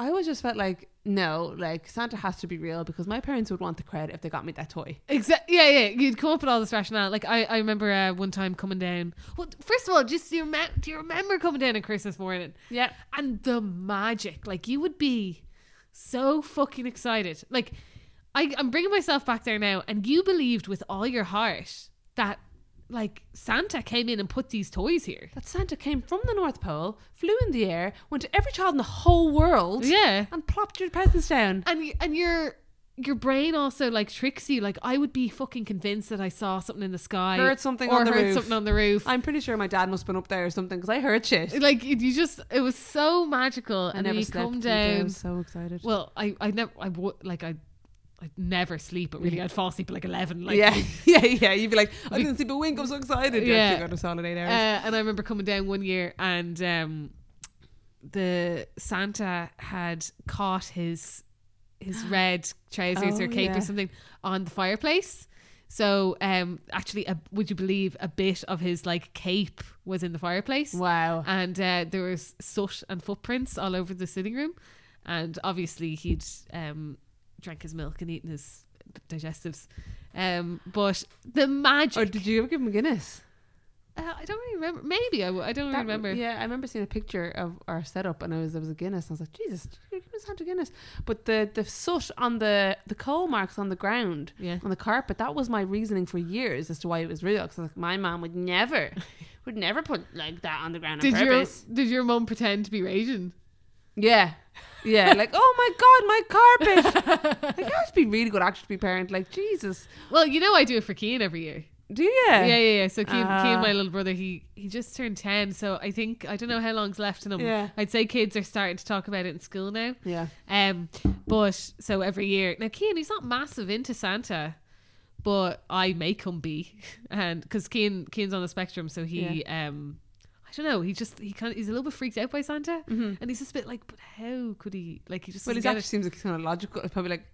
[SPEAKER 1] I always just felt like, no, like, Santa has to be real because my parents would want the credit if they got me that toy.
[SPEAKER 2] Exactly. Yeah, yeah. You'd come up with all this rationale. Like I, I remember uh, one time coming down. Well, first of all, just do you, rem- do you remember coming down on Christmas morning
[SPEAKER 1] Yeah.
[SPEAKER 2] and the magic? Like you would be so fucking excited. Like I, I'm bringing myself back there now, and you believed with all your heart that like Santa came in and put these toys here.
[SPEAKER 1] That Santa came from the North Pole, flew in the air, went to every child in the whole world,
[SPEAKER 2] Yeah.
[SPEAKER 1] and plopped your presents down.
[SPEAKER 2] and y- and your your brain also like tricks you. Like I would be fucking convinced that I saw something in the sky,
[SPEAKER 1] Heard something
[SPEAKER 2] or
[SPEAKER 1] on the
[SPEAKER 2] heard
[SPEAKER 1] roof.
[SPEAKER 2] something on the roof.
[SPEAKER 1] I'm pretty sure my dad must have been up there or something because I heard shit.
[SPEAKER 2] like it- you just it was so magical and then you come
[SPEAKER 1] I
[SPEAKER 2] down
[SPEAKER 1] was so excited. [laughs]
[SPEAKER 2] well i i never i would like i i'd never sleep but really i'd fall asleep at like 11 like
[SPEAKER 1] yeah, [laughs] yeah, yeah. You'd be like, I didn't sleep a wink. I'm so excited. You
[SPEAKER 2] Yeah.
[SPEAKER 1] actually got a solid eight
[SPEAKER 2] [laughs] uh,
[SPEAKER 1] hours.
[SPEAKER 2] and i remember coming down one year and um the santa had caught his
[SPEAKER 1] [gasps]
[SPEAKER 2] his red trousers
[SPEAKER 1] Oh,
[SPEAKER 2] or cape
[SPEAKER 1] yeah.
[SPEAKER 2] or something on the fireplace so um actually a, would you believe a bit of his like cape was in the fireplace
[SPEAKER 1] wow.
[SPEAKER 2] and uh, there was soot and footprints all over the sitting room and obviously he'd um drank his milk and eaten his digestives um but the
[SPEAKER 1] Or
[SPEAKER 2] magic
[SPEAKER 1] did you ever give him a Guinness?
[SPEAKER 2] uh, i don't really remember maybe i, w- I don't
[SPEAKER 1] That-
[SPEAKER 2] remember
[SPEAKER 1] Yeah, I remember seeing a picture of our setup, and I was there was a Guinness. And I was like, Jesus, give us Santa Guinness. But the the soot on the the coal marks on the ground
[SPEAKER 2] yeah
[SPEAKER 1] on the carpet. That was my reasoning for years as to why it was real. Because like my mom would
[SPEAKER 2] [laughs]
[SPEAKER 1] never, would never put like that on the ground on
[SPEAKER 2] did your
[SPEAKER 1] purpose.
[SPEAKER 2] did your mum pretend to be raging
[SPEAKER 1] Yeah,
[SPEAKER 2] [laughs]
[SPEAKER 1] yeah. like oh my god, my carpet. like that would be really good actually to be parent. Like Jesus,
[SPEAKER 2] well you know i do it for Keane every year
[SPEAKER 1] do you?
[SPEAKER 2] yeah yeah yeah so Keane, Keane
[SPEAKER 1] Ah.
[SPEAKER 2] my little brother he he just turned 10 so i think i don't know how long's left in him
[SPEAKER 1] Yeah.
[SPEAKER 2] i'd say kids are starting to talk about it in school now
[SPEAKER 1] Yeah.
[SPEAKER 2] Um, but so every year now, Kean he's not massive into Santa, but I make him be, [laughs] and because Kean Kean's on the spectrum, so he um, I don't know, he just he kind of he's a little bit freaked out by Santa,
[SPEAKER 1] Mm-hmm.
[SPEAKER 2] and he's just a bit like, but how could he like he just
[SPEAKER 1] Well,
[SPEAKER 2] doesn't
[SPEAKER 1] it actually
[SPEAKER 2] get it.
[SPEAKER 1] seems like it's kind of logical. It's probably like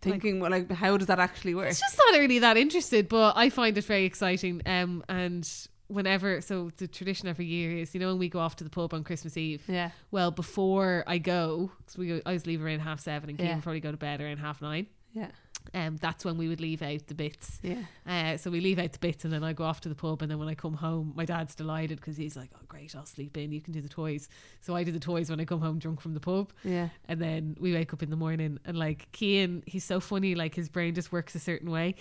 [SPEAKER 1] thinking, well, like, how does that actually work?
[SPEAKER 2] He's just not really that interested, but I find it very exciting. Um, and whenever so the tradition every year is you know when we go off to the pub on Christmas Eve,
[SPEAKER 1] Yeah.
[SPEAKER 2] well before I go, because we go, I always leave around half seven, and Kean
[SPEAKER 1] Yeah.
[SPEAKER 2] would probably go to bed around half nine.
[SPEAKER 1] Yeah.
[SPEAKER 2] um, that's when we would leave out the bits.
[SPEAKER 1] Yeah.
[SPEAKER 2] Uh, so we leave out the bits, and then I go off to the pub. And then when I come home, my dad's delighted because he's like, "Oh, great! I'll sleep in. You can do the toys." So I do the toys when I come home drunk from the pub,
[SPEAKER 1] Yeah.
[SPEAKER 2] and then we wake up in the morning. And like Kean, he's so funny. Like his brain just works a certain way.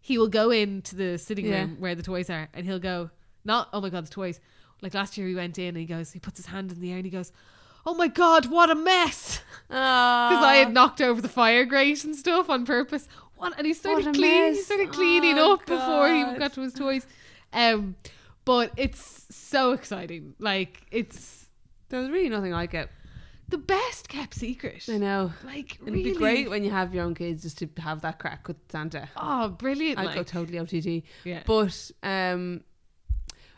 [SPEAKER 2] He will go into the sitting
[SPEAKER 1] Yeah.
[SPEAKER 2] room where the toys are, and he'll go, "Not oh my god, the toys!" Like last year, we went in, and he goes, he puts his hand in the air, and he goes, "Oh my god, what a mess!" because I had knocked over the fire grate and stuff on purpose. What? And he started
[SPEAKER 1] What a
[SPEAKER 2] clean. He
[SPEAKER 1] mess.
[SPEAKER 2] started cleaning
[SPEAKER 1] Oh,
[SPEAKER 2] up before he
[SPEAKER 1] God.
[SPEAKER 2] got to his toys. Um, but it's so exciting. Like it's
[SPEAKER 1] There was really nothing like it.
[SPEAKER 2] the best kept secret.
[SPEAKER 1] I know.
[SPEAKER 2] Like
[SPEAKER 1] It'd
[SPEAKER 2] really.
[SPEAKER 1] be great when you have your own kids just to have that crack with Santa.
[SPEAKER 2] Oh, brilliant!
[SPEAKER 1] I'd
[SPEAKER 2] like,
[SPEAKER 1] go totally OTT.
[SPEAKER 2] yeah.
[SPEAKER 1] But um,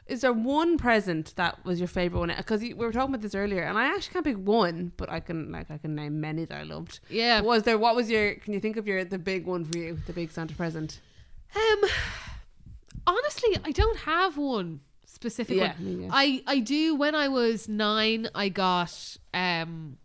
[SPEAKER 1] is there one present that was your favorite one? Because we were talking about this earlier, and I actually can't pick one, but I can like I can name many that I loved.
[SPEAKER 2] yeah.
[SPEAKER 1] Was there? What was your? Can you think of your the big one for you? The big Santa present?
[SPEAKER 2] Um, honestly, I don't have one specific one.
[SPEAKER 1] yeah.
[SPEAKER 2] I I do. When I was nine, I got um.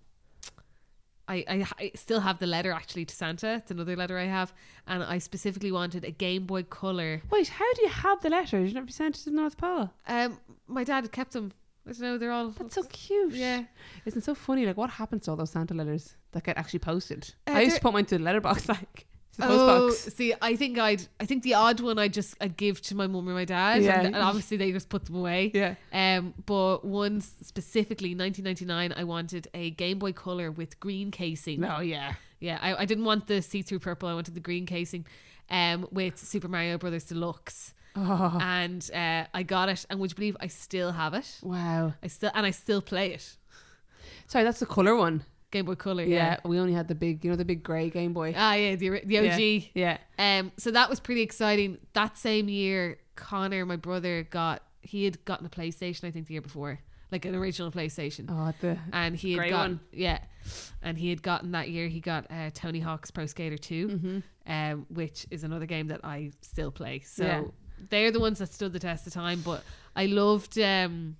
[SPEAKER 2] I, I, I still have the letter actually to Santa. It's another letter I have, and I specifically wanted a Game Boy Color.
[SPEAKER 1] Wait, how do you have the letter? Did you not be sent it to the North Pole?
[SPEAKER 2] Um, my dad had kept them. I don't know. They're all
[SPEAKER 1] That's so cute.
[SPEAKER 2] yeah.
[SPEAKER 1] Isn't it so funny? Like, what happens to all those Santa letters that get actually posted?
[SPEAKER 2] Uh,
[SPEAKER 1] I used
[SPEAKER 2] they're-
[SPEAKER 1] to put mine to the letterbox, [laughs] like, to the postbox.
[SPEAKER 2] Oh, see, I think I'd, I think the odd one I just I'd give to my mum or my dad,
[SPEAKER 1] Yeah.
[SPEAKER 2] and, and obviously they just put them away.
[SPEAKER 1] Yeah.
[SPEAKER 2] Um, but one specifically, 1999, I wanted a Game Boy Color with green casing.
[SPEAKER 1] No, yeah.
[SPEAKER 2] Yeah, I, I didn't want the see-through purple. I wanted the green casing, um, with Super Mario Brothers Deluxe,
[SPEAKER 1] Oh,
[SPEAKER 2] and uh, I got it. And would you believe I still have it?
[SPEAKER 1] wow.
[SPEAKER 2] I still and I still play it.
[SPEAKER 1] Sorry, that's the color one.
[SPEAKER 2] Game Boy Color.
[SPEAKER 1] Yeah,
[SPEAKER 2] Yeah.
[SPEAKER 1] we only had the big, you know, the big gray Game Boy.
[SPEAKER 2] Ah, yeah, the, ori- the
[SPEAKER 1] Yeah.
[SPEAKER 2] OG.
[SPEAKER 1] Yeah.
[SPEAKER 2] Um, so that was pretty exciting. That same year, Connor, my brother, got he had gotten a PlayStation. I think the year before, like an original PlayStation,
[SPEAKER 1] Oh, the
[SPEAKER 2] and he had
[SPEAKER 1] Grey
[SPEAKER 2] gotten
[SPEAKER 1] one.
[SPEAKER 2] yeah, and he had gotten that year he got uh, Tony Hawk's Pro Skater 2 um, which is another game that I still play. So
[SPEAKER 1] Mm-hmm. Yeah.
[SPEAKER 2] they're the ones that stood the test of time. But I loved. Um,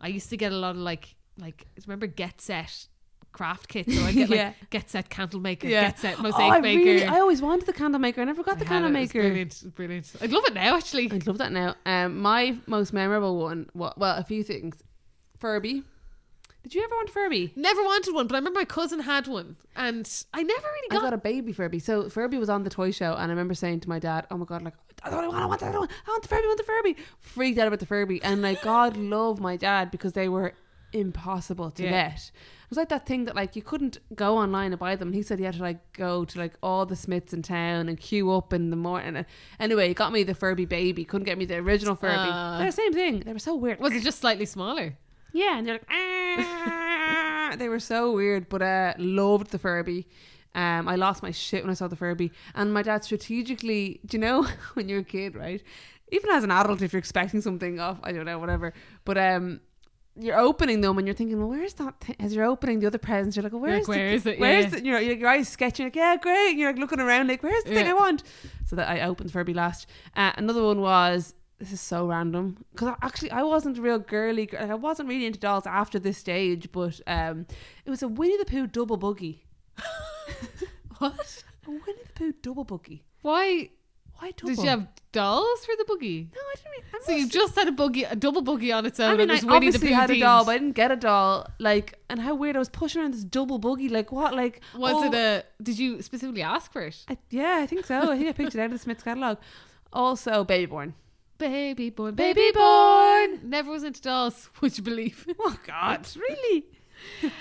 [SPEAKER 2] I used to get a lot of like like remember Get Set craft kits.
[SPEAKER 1] [laughs]
[SPEAKER 2] So I get like
[SPEAKER 1] Yeah.
[SPEAKER 2] Get Set candle maker,
[SPEAKER 1] Yeah.
[SPEAKER 2] Get Set
[SPEAKER 1] oh, I
[SPEAKER 2] mosaic maker.
[SPEAKER 1] really, I always wanted the candle maker. I never got the
[SPEAKER 2] I had
[SPEAKER 1] candle
[SPEAKER 2] it. It was
[SPEAKER 1] maker.
[SPEAKER 2] Brilliant, it was brilliant. I'd love it now, actually.
[SPEAKER 1] I love that now. Um, my most memorable one, well, well, a few things. Furby. Did you ever want Furby?
[SPEAKER 2] Never wanted one, but I remember my cousin had one, and I never really
[SPEAKER 1] I
[SPEAKER 2] got.
[SPEAKER 1] got a baby Furby. So Furby was on the toy show, and I remember saying to my dad, "Oh my god, like I don't want, I want, I want, I want the Furby, I want the Furby." Freaked out about the Furby, and like God love my dad because they were impossible to
[SPEAKER 2] Yeah.
[SPEAKER 1] get. It was like that thing that like you couldn't go online and buy them. And he said he had to like go to like all the Smiths in town and queue up in the morning. And anyway, he got me the Furby baby. Couldn't get me the original Furby.
[SPEAKER 2] Ah.
[SPEAKER 1] They're the same thing. They were so weird.
[SPEAKER 2] was it just slightly smaller?
[SPEAKER 1] Yeah, and they're like, ah. they were so weird, but uh, loved the Furby. Um, I lost my shit when I saw the Furby, and my dad strategically, do you know, [laughs] when you're a kid, right? Even as an adult, if you're expecting something off, I don't know, whatever. But um, you're opening them, and you're thinking, well, where's that? Th-? As you're opening the other presents, you're like, well,
[SPEAKER 2] You're
[SPEAKER 1] where's
[SPEAKER 2] like, where is it?
[SPEAKER 1] the, where's
[SPEAKER 2] Yeah.
[SPEAKER 1] the, you know, your, your eyes sketching, like, yeah, great. And you're like looking around, like, where's the thing
[SPEAKER 2] Yeah.
[SPEAKER 1] I want? So that I opened Furby last. Uh, another one was this is so random because I, actually I wasn't a real girly. gir- Like, I wasn't really into dolls after this stage, but um, it was a Winnie the Pooh double buggy.
[SPEAKER 2] What?
[SPEAKER 1] A Winnie the Pooh double buggy.
[SPEAKER 2] Why
[SPEAKER 1] Why double?
[SPEAKER 2] did you have dolls for the buggy?
[SPEAKER 1] No, I didn't. Really, I'm
[SPEAKER 2] So
[SPEAKER 1] not
[SPEAKER 2] you just had a buggy, a double buggy on its own.
[SPEAKER 1] I mean,
[SPEAKER 2] and it
[SPEAKER 1] I
[SPEAKER 2] was Winnie the
[SPEAKER 1] obviously
[SPEAKER 2] Pooh
[SPEAKER 1] had a
[SPEAKER 2] themed.
[SPEAKER 1] doll, but I didn't get a doll. Like, and how weird! I was pushing around this double buggy. Like, what? Like,
[SPEAKER 2] Was
[SPEAKER 1] oh,
[SPEAKER 2] it a? Did you specifically ask for it?
[SPEAKER 1] I- yeah, I think so. I think I picked it out of the Smiths catalog. Also, baby born.
[SPEAKER 2] Baby born,
[SPEAKER 1] Baby
[SPEAKER 2] baby born. Never was into dolls. [laughs] Would you believe?
[SPEAKER 1] Oh God, really?
[SPEAKER 2] Um,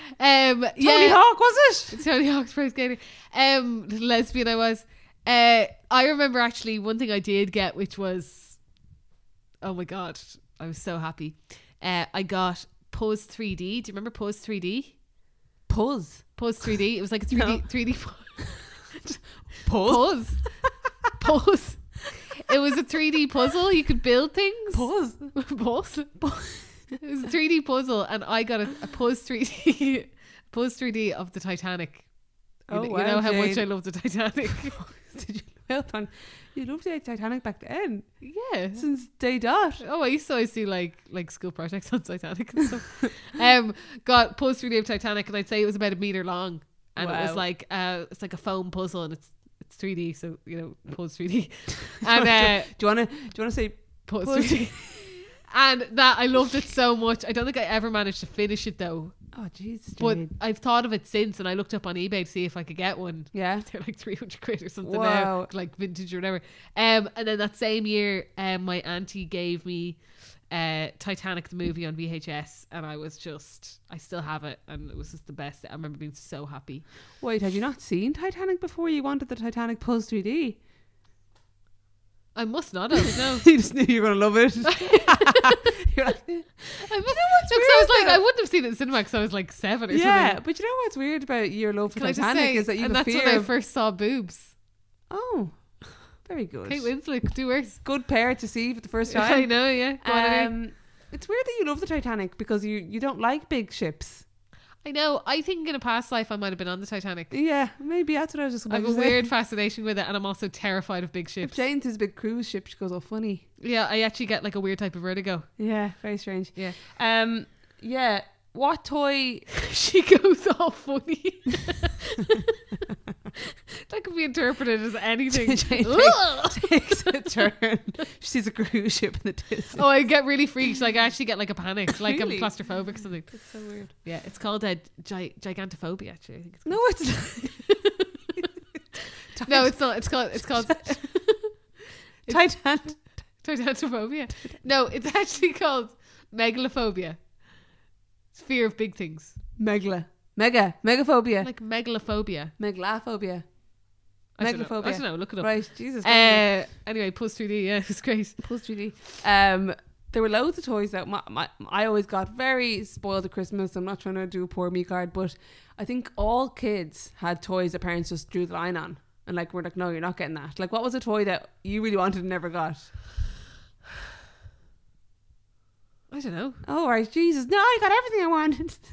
[SPEAKER 1] Tony
[SPEAKER 2] yeah,
[SPEAKER 1] Hawk was it?
[SPEAKER 2] Tony Hawk's Pro Skater. Um, little lesbian I was. Uh, I remember actually one thing I did get, which was, oh my god, I was so happy. Uh, I got Pose 3D. Do you remember Pose 3D?
[SPEAKER 1] Puzz.
[SPEAKER 2] Pose 3D. It was like a
[SPEAKER 1] [laughs]
[SPEAKER 2] 3D
[SPEAKER 1] No.
[SPEAKER 2] 3D pose. Pose. It was a 3D puzzle. You could build things.
[SPEAKER 1] Puzz.
[SPEAKER 2] Pause. It was a 3D puzzle, and I got a, a pose [laughs] 3D, pose 3D of the Titanic. You,
[SPEAKER 1] Oh,
[SPEAKER 2] kn- you
[SPEAKER 1] wow,
[SPEAKER 2] know how much
[SPEAKER 1] Jade.
[SPEAKER 2] I love the Titanic.
[SPEAKER 1] [laughs] [laughs] Did you well done? You loved the Titanic back then.
[SPEAKER 2] yeah.
[SPEAKER 1] Since day dot.
[SPEAKER 2] Oh, I used to always do like like school projects on Titanic
[SPEAKER 1] [laughs]
[SPEAKER 2] and stuff. um, got pose 3D of Titanic, and I'd say it was about a meter long, and it was
[SPEAKER 1] Wow.
[SPEAKER 2] like uh, it's like a foam puzzle, and it's it's 3D, so you know
[SPEAKER 1] [laughs]
[SPEAKER 2] pose 3D, and uh,
[SPEAKER 1] do you wanna do you wanna say
[SPEAKER 2] pose
[SPEAKER 1] Pose.
[SPEAKER 2] 3D. [laughs] And that I loved it so much. I don't think I ever managed to finish it though.
[SPEAKER 1] Oh Jesus
[SPEAKER 2] But
[SPEAKER 1] Jane.
[SPEAKER 2] I've thought of it since, and I looked up on eBay to see if I could get one. [laughs]
[SPEAKER 1] Yeah.
[SPEAKER 2] They're like three hundred quid or something
[SPEAKER 1] Wow.
[SPEAKER 2] now, like vintage or whatever. Um, and then that same year, um, my auntie gave me uh Titanic the movie on VHS, and I was just, I still have it, and it was just the best. I remember being so happy.
[SPEAKER 1] Wait, had you not seen Titanic before you wanted the Titanic Puzz
[SPEAKER 2] [laughs]
[SPEAKER 1] 3D?
[SPEAKER 2] I must not
[SPEAKER 1] [laughs]
[SPEAKER 2] have no.
[SPEAKER 1] you just knew you were gonna love
[SPEAKER 2] [laughs]
[SPEAKER 1] it. You're like,
[SPEAKER 2] I must. no, 'cause I was like, I wouldn't have seen it in cinema because I was like seven or
[SPEAKER 1] yeah,
[SPEAKER 2] something.
[SPEAKER 1] but you know what's weird about your love for
[SPEAKER 2] Can I just
[SPEAKER 1] Titanic
[SPEAKER 2] say?
[SPEAKER 1] is that you
[SPEAKER 2] and
[SPEAKER 1] have a
[SPEAKER 2] that's when
[SPEAKER 1] fear
[SPEAKER 2] I
[SPEAKER 1] of,
[SPEAKER 2] first saw boobs.
[SPEAKER 1] Oh. Very good.
[SPEAKER 2] Kate Winslet, do worse.
[SPEAKER 1] Good pair to see for the first
[SPEAKER 2] [laughs] I
[SPEAKER 1] time.
[SPEAKER 2] know, yeah. Go on, anyway.
[SPEAKER 1] Um, it's weird that you love the Titanic because you, you don't like big ships.
[SPEAKER 2] I know. I think in a past life I might have been on the Titanic.
[SPEAKER 1] Yeah, maybe that's what I was just
[SPEAKER 2] I
[SPEAKER 1] about
[SPEAKER 2] have
[SPEAKER 1] to
[SPEAKER 2] a
[SPEAKER 1] say.
[SPEAKER 2] weird fascination with it, and I'm also terrified of
[SPEAKER 1] [laughs]
[SPEAKER 2] big
[SPEAKER 1] If
[SPEAKER 2] ships.
[SPEAKER 1] Jane's his big cruise ship, she goes all funny.
[SPEAKER 2] Yeah, I actually get like a weird type of vertigo. [laughs]
[SPEAKER 1] Yeah, very strange.
[SPEAKER 2] Yeah,
[SPEAKER 1] Um, yeah. What toy? [laughs]
[SPEAKER 2] she goes all funny. that could be interpreted as
[SPEAKER 1] [laughs]
[SPEAKER 2] anything.
[SPEAKER 1] Jane
[SPEAKER 2] Ugh.
[SPEAKER 1] takes a turn. [laughs] She sees a cruise ship in the distance.
[SPEAKER 2] oh, I get really freaked. Like I actually get like a panic. Like
[SPEAKER 1] Really?
[SPEAKER 2] I'm claustrophobic or something.
[SPEAKER 1] It's so weird.
[SPEAKER 2] Yeah, uh, it's called a gi- gigantophobia. Actually, I think
[SPEAKER 1] [laughs]
[SPEAKER 2] it's
[SPEAKER 1] No, it's not.
[SPEAKER 2] No, it's not. It's called
[SPEAKER 1] [laughs]
[SPEAKER 2] it's called
[SPEAKER 1] Titan.
[SPEAKER 2] titanophobia. No, it's [laughs] actually called megalophobia. It's fear of big things.
[SPEAKER 1] Megla. Mega. Megaphobia.
[SPEAKER 2] Like megalophobia.
[SPEAKER 1] Megalophobia.
[SPEAKER 2] I don't know. I
[SPEAKER 1] Megalophobia.
[SPEAKER 2] don't know. Look it up.
[SPEAKER 1] Right, Jesus.
[SPEAKER 2] Uh, anyway, Pulse 3D. Yeah, [laughs] it's great.
[SPEAKER 1] Pulse 3D. Um, there were loads of toys that my, my, I always got very spoiled at Christmas. I'm not trying to do a poor me card, but I think all kids had toys that parents just drew the line on. And like, we're like, no, you're not getting that. Like, what was a toy that you really wanted and never got?
[SPEAKER 2] I don't know.
[SPEAKER 1] Oh, right, Jesus. No, I got everything I wanted. [laughs]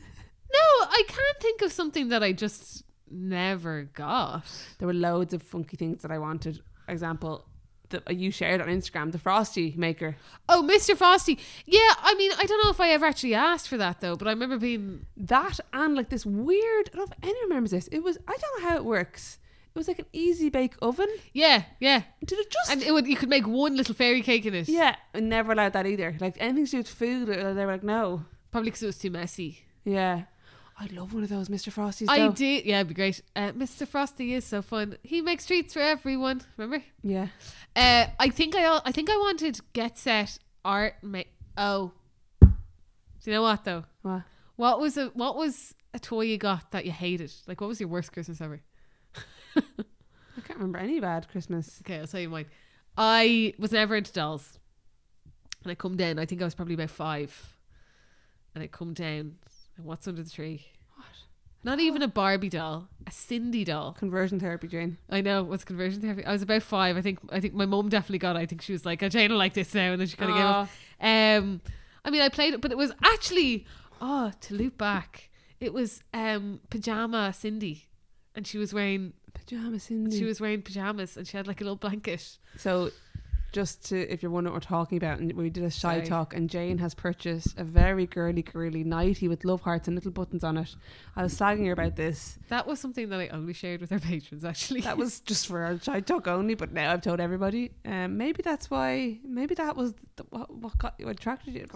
[SPEAKER 2] No, I can't think of something that I just never got.
[SPEAKER 1] there were loads of funky things that I wanted. Example, that you shared on Instagram, the Frosty maker.
[SPEAKER 2] Oh, Mr. Frosty. Yeah, I mean, I don't know if I ever actually asked for that though, but I remember being
[SPEAKER 1] That and like this weird, I don't know if anyone remembers this. It was, I don't know how it works. It was like an easy bake oven.
[SPEAKER 2] yeah, yeah,
[SPEAKER 1] Did it just
[SPEAKER 2] and it would you could make one little fairy cake in it.
[SPEAKER 1] Yeah, I never allowed that either. Like anything to do with food, uh, they were like, no.
[SPEAKER 2] probably because it was too messy.
[SPEAKER 1] Yeah, I love one of those Mr. Frosties.
[SPEAKER 2] I
[SPEAKER 1] though.
[SPEAKER 2] did. Yeah, it'd be great. Uh, Mr. Frosty is so fun. He makes treats for everyone. Remember?
[SPEAKER 1] Yeah,
[SPEAKER 2] Uh, I think I al- I think I wanted get set art. Ma- oh, do you know what though?
[SPEAKER 1] What?
[SPEAKER 2] What was a what was a toy you got that you hated? Like what was your worst Christmas ever?
[SPEAKER 1] I can't remember any bad Christmas.
[SPEAKER 2] Okay, I'll tell you mine. I was never into dolls. And I come down, I think I was probably about five. And I come down, and what's under the tree?
[SPEAKER 1] What?
[SPEAKER 2] Not even a Barbie doll, a Cindy doll.
[SPEAKER 1] Conversion therapy, Jane.
[SPEAKER 2] I know, what's conversion therapy? I was about five. I think I think my mum definitely got it. I think she was like, oh, Jane will like this now. And then she kind of gave up. Um, I mean, I played it, but it was actually, oh, to loop back, it was um, Pajama Cindy. And she was wearing
[SPEAKER 1] Pajama Cindy.
[SPEAKER 2] she was wearing pajamas and she had like a little blanket.
[SPEAKER 1] so, just to if you're wondering what we're talking about, and we did a shy
[SPEAKER 2] Sorry.
[SPEAKER 1] talk, and Jane has purchased a very girly, girly nighty with love hearts and little buttons on it. I was slagging her about this.
[SPEAKER 2] That was something that I only shared with our patrons, actually.
[SPEAKER 1] That was just for our shy talk only, but now I've told everybody. Um, maybe that's why. Maybe that was the, what, what got you attracted you.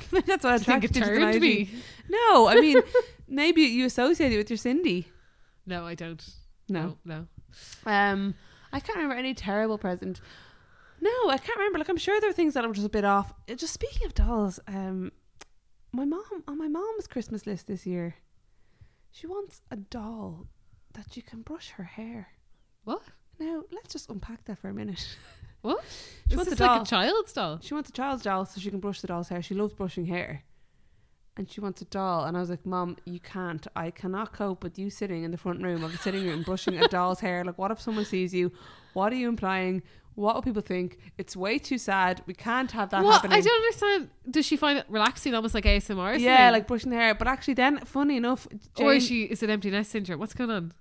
[SPEAKER 1] [laughs] maybe that's what
[SPEAKER 2] [laughs] I
[SPEAKER 1] attracted
[SPEAKER 2] think it
[SPEAKER 1] you to the
[SPEAKER 2] turned
[SPEAKER 1] nighty.
[SPEAKER 2] me.
[SPEAKER 1] No, I mean, [laughs] maybe you associate it with your Cindy.
[SPEAKER 2] No, I don't.
[SPEAKER 1] No.
[SPEAKER 2] no. no.
[SPEAKER 1] Um, I can't remember any terrible present. No, I can't remember. Like, I'm sure there were things that I was just a bit off. Uh, Just speaking of dolls, um, my mom, on my mom's Christmas list this year, she wants a doll that you can brush her hair.
[SPEAKER 2] What?
[SPEAKER 1] Now, let's just unpack that for a minute. [laughs]
[SPEAKER 2] What?
[SPEAKER 1] She
[SPEAKER 2] Is
[SPEAKER 1] wants a
[SPEAKER 2] this
[SPEAKER 1] doll.
[SPEAKER 2] like a child's doll?
[SPEAKER 1] She wants a child's doll so she can brush the doll's hair. She loves brushing hair. And she wants a doll. And I was like, Mom, you can't. I cannot cope with you sitting in the front room of the sitting room brushing a doll's hair. Like, what if someone sees you? What are you implying? What will people think? It's way too sad. We can't have that
[SPEAKER 2] what?
[SPEAKER 1] happening.
[SPEAKER 2] I don't understand. Does she find it relaxing, almost like ASMR? or
[SPEAKER 1] yeah,
[SPEAKER 2] something?
[SPEAKER 1] like brushing the hair. But actually, then, funny enough, Jane,
[SPEAKER 2] or is she? Is it empty nest syndrome? What's going on?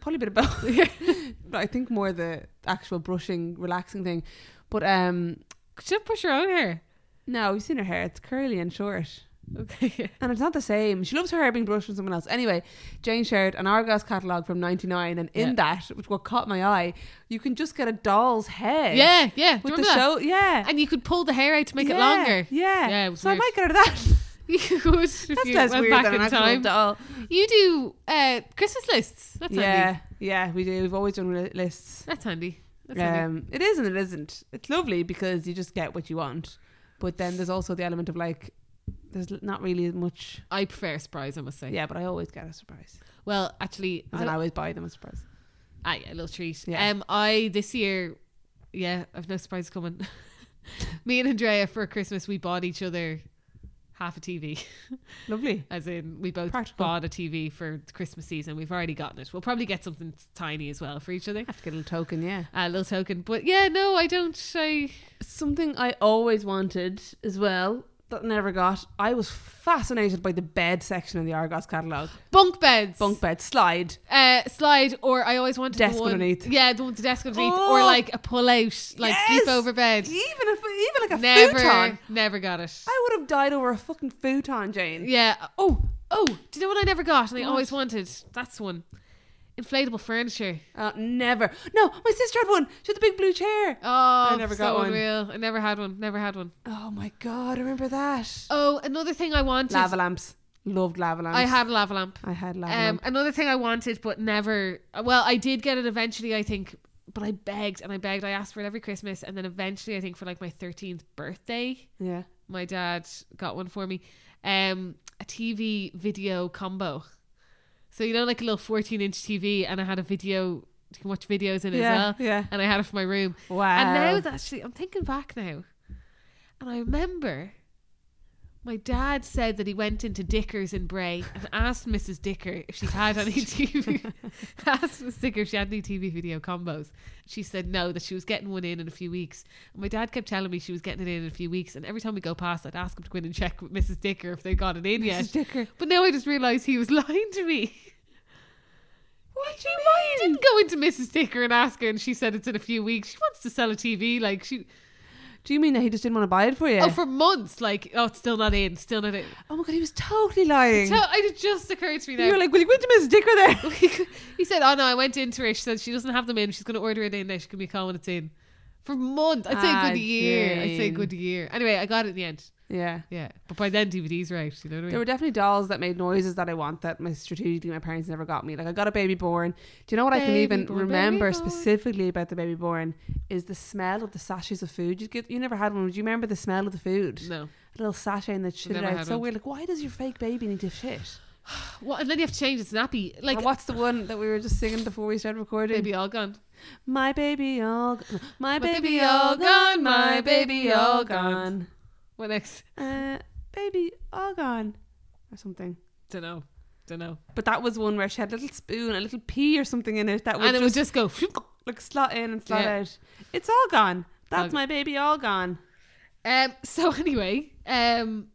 [SPEAKER 1] probably a bit of
[SPEAKER 2] [laughs]
[SPEAKER 1] both. [laughs] but I think more the actual brushing, relaxing thing. But um,
[SPEAKER 2] Could she not brush her own hair? [laughs]
[SPEAKER 1] no, you've seen her hair. It's curly and short.
[SPEAKER 2] Okay.
[SPEAKER 1] And it's not the same. She loves her hair being brushed from someone else. Anyway, Jane shared an Argos catalogue from 99, and in
[SPEAKER 2] Yeah.
[SPEAKER 1] that, which what caught my eye, you can just get a doll's head.
[SPEAKER 2] Yeah, yeah. Do you
[SPEAKER 1] With
[SPEAKER 2] remember
[SPEAKER 1] the
[SPEAKER 2] that?
[SPEAKER 1] show. Yeah.
[SPEAKER 2] And you could pull the hair out to make
[SPEAKER 1] Yeah,
[SPEAKER 2] it longer. [laughs]
[SPEAKER 1] Yeah.
[SPEAKER 2] Yeah, it was
[SPEAKER 1] so I
[SPEAKER 2] weird.
[SPEAKER 1] might get her that.
[SPEAKER 2] You could [laughs] if
[SPEAKER 1] That's
[SPEAKER 2] you
[SPEAKER 1] less
[SPEAKER 2] went
[SPEAKER 1] weird
[SPEAKER 2] back
[SPEAKER 1] than an
[SPEAKER 2] in
[SPEAKER 1] actual
[SPEAKER 2] time.
[SPEAKER 1] doll.
[SPEAKER 2] You do uh, Christmas lists. That's
[SPEAKER 1] yeah.
[SPEAKER 2] handy.
[SPEAKER 1] Yeah, we do. We've always done li- lists.
[SPEAKER 2] That's handy. That's handy.
[SPEAKER 1] Um, it is and it isn't. It's lovely because you just get what you want. But then there's also the element of like, there's l- not really much.
[SPEAKER 2] I prefer a surprise, I must say.
[SPEAKER 1] Yeah, but I always get a surprise.
[SPEAKER 2] Well, actually,
[SPEAKER 1] And then I always buy them a surprise.
[SPEAKER 2] Aye, a little treat.
[SPEAKER 1] Yeah.
[SPEAKER 2] Um, I this year, yeah, I've no surprise coming. [laughs] Me and Andrea for Christmas we bought each other half a TV,
[SPEAKER 1] Lovely.
[SPEAKER 2] as in we both
[SPEAKER 1] Practical.
[SPEAKER 2] bought a TV for the Christmas season. We've already gotten it. We'll probably get something tiny as well for
[SPEAKER 1] [laughs]
[SPEAKER 2] each other,
[SPEAKER 1] have to get a little token, yeah.
[SPEAKER 2] a little token. But yeah, no, I don't. I
[SPEAKER 1] Something I always wanted as well that never got. I was fascinated by the bed section in the Argos catalogue.
[SPEAKER 2] bunk beds,
[SPEAKER 1] Bunk bed, slide.
[SPEAKER 2] uh, slide, or I always wanted
[SPEAKER 1] Desk
[SPEAKER 2] the one,
[SPEAKER 1] underneath.
[SPEAKER 2] Yeah, the one with the desk underneath, or
[SPEAKER 1] Oh!
[SPEAKER 2] like a pull out, like
[SPEAKER 1] Yes!
[SPEAKER 2] sleepover bed.
[SPEAKER 1] Even if, even like a
[SPEAKER 2] Never,
[SPEAKER 1] futon.
[SPEAKER 2] never got it.
[SPEAKER 1] I would have died over a fucking futon, Jane.
[SPEAKER 2] Yeah. Oh, oh, do you know what I never got and I
[SPEAKER 1] What?
[SPEAKER 2] always wanted? That's one. Inflatable furniture.
[SPEAKER 1] Uh, never. No, my sister had one. She had the big blue chair.
[SPEAKER 2] Oh, I
[SPEAKER 1] never
[SPEAKER 2] never
[SPEAKER 1] got
[SPEAKER 2] got
[SPEAKER 1] one.
[SPEAKER 2] unreal. I never had one. Never had one.
[SPEAKER 1] Oh my god, I remember that.
[SPEAKER 2] Oh, another thing I wanted.
[SPEAKER 1] Lava lamps. Loved lava lamps.
[SPEAKER 2] I had a lava lamp.
[SPEAKER 1] I had lava
[SPEAKER 2] Um,
[SPEAKER 1] lamp.
[SPEAKER 2] another thing I wanted but never. Well, I did get it eventually, I think, but I begged and I begged. I asked for it every Christmas, and then eventually, I think for like my thirteenth birthday,
[SPEAKER 1] Yeah.
[SPEAKER 2] my dad got one for me. Um, a TV video combo. So you know, like a little fourteen-inch TV, and I had a video. You can watch videos in it as
[SPEAKER 1] Yeah.
[SPEAKER 2] well.
[SPEAKER 1] Yeah.
[SPEAKER 2] And I had it for my room.
[SPEAKER 1] Wow.
[SPEAKER 2] And now that actually, I'm thinking back now, and I remember my dad said that he went into Dickers in Bray and asked Mrs. Dicker if she had any TV, [laughs] asked Mrs. Dicker if she had any TV video combos. She said no, that she was getting one in in a few weeks. And my dad kept telling me she was getting it in in a few weeks. And every time we go past, I'd ask him to go in and check with Mrs. Dicker if they got it in yet.
[SPEAKER 1] Sticker.
[SPEAKER 2] But now I just realised he was [laughs] lying to me. What do you mean? Didn't go into Mrs. Dicker and ask her, and she said it's in a few weeks. She wants to sell a TV, like she
[SPEAKER 1] Do you mean that he just didn't want to buy it for you?
[SPEAKER 2] oh for months, like oh it's still not in, still not in.
[SPEAKER 1] Oh my god, he was totally lying.
[SPEAKER 2] So I- it just occurred to me
[SPEAKER 1] you were
[SPEAKER 2] now.
[SPEAKER 1] like, "Will you go to Miss Dicker there?"
[SPEAKER 2] [laughs] he said, "Oh no, I went into her. She said she doesn't have them in. She's going to order it in. Now she can be calling when it's in." For months, I'd say a
[SPEAKER 1] Ah,
[SPEAKER 2] good year. I'd say a
[SPEAKER 1] Jane.
[SPEAKER 2] good year. Anyway, I got it in the end.
[SPEAKER 1] yeah.
[SPEAKER 2] Yeah, but by then DVDs were out. You know what I mean?
[SPEAKER 1] There were definitely dolls that made noises that I want that my strategically my parents never got me. Like I got a baby born. Do you know what I can
[SPEAKER 2] Baby
[SPEAKER 1] even
[SPEAKER 2] born, baby
[SPEAKER 1] remember
[SPEAKER 2] born.
[SPEAKER 1] specifically about the baby born is the smell of the sachets of food. You get you never had one. Do you remember the smell of the food?
[SPEAKER 2] no.
[SPEAKER 1] A little sachet and they'd shit it
[SPEAKER 2] Never
[SPEAKER 1] out.
[SPEAKER 2] had
[SPEAKER 1] so
[SPEAKER 2] one.
[SPEAKER 1] we're like, why does your fake baby need to have shit?
[SPEAKER 2] What? And then you have to change its nappy. Like
[SPEAKER 1] and what's the one that we were just singing before we started recording?
[SPEAKER 2] baby all gone.
[SPEAKER 1] My baby all gone. My,
[SPEAKER 2] baby
[SPEAKER 1] baby,
[SPEAKER 2] all
[SPEAKER 1] all
[SPEAKER 2] gone,
[SPEAKER 1] gone. My baby all gone.
[SPEAKER 2] What next?
[SPEAKER 1] Uh, baby all gone. Or something.
[SPEAKER 2] Don't know. Don't know.
[SPEAKER 1] But that was one where she had a little spoon, a little pea or something in it that would
[SPEAKER 2] and it
[SPEAKER 1] just
[SPEAKER 2] would just go.
[SPEAKER 1] like slot in and slot
[SPEAKER 2] Yeah.
[SPEAKER 1] out. It's all gone. That's
[SPEAKER 2] All-
[SPEAKER 1] my baby all gone.
[SPEAKER 2] Um, so [laughs] anyway, um,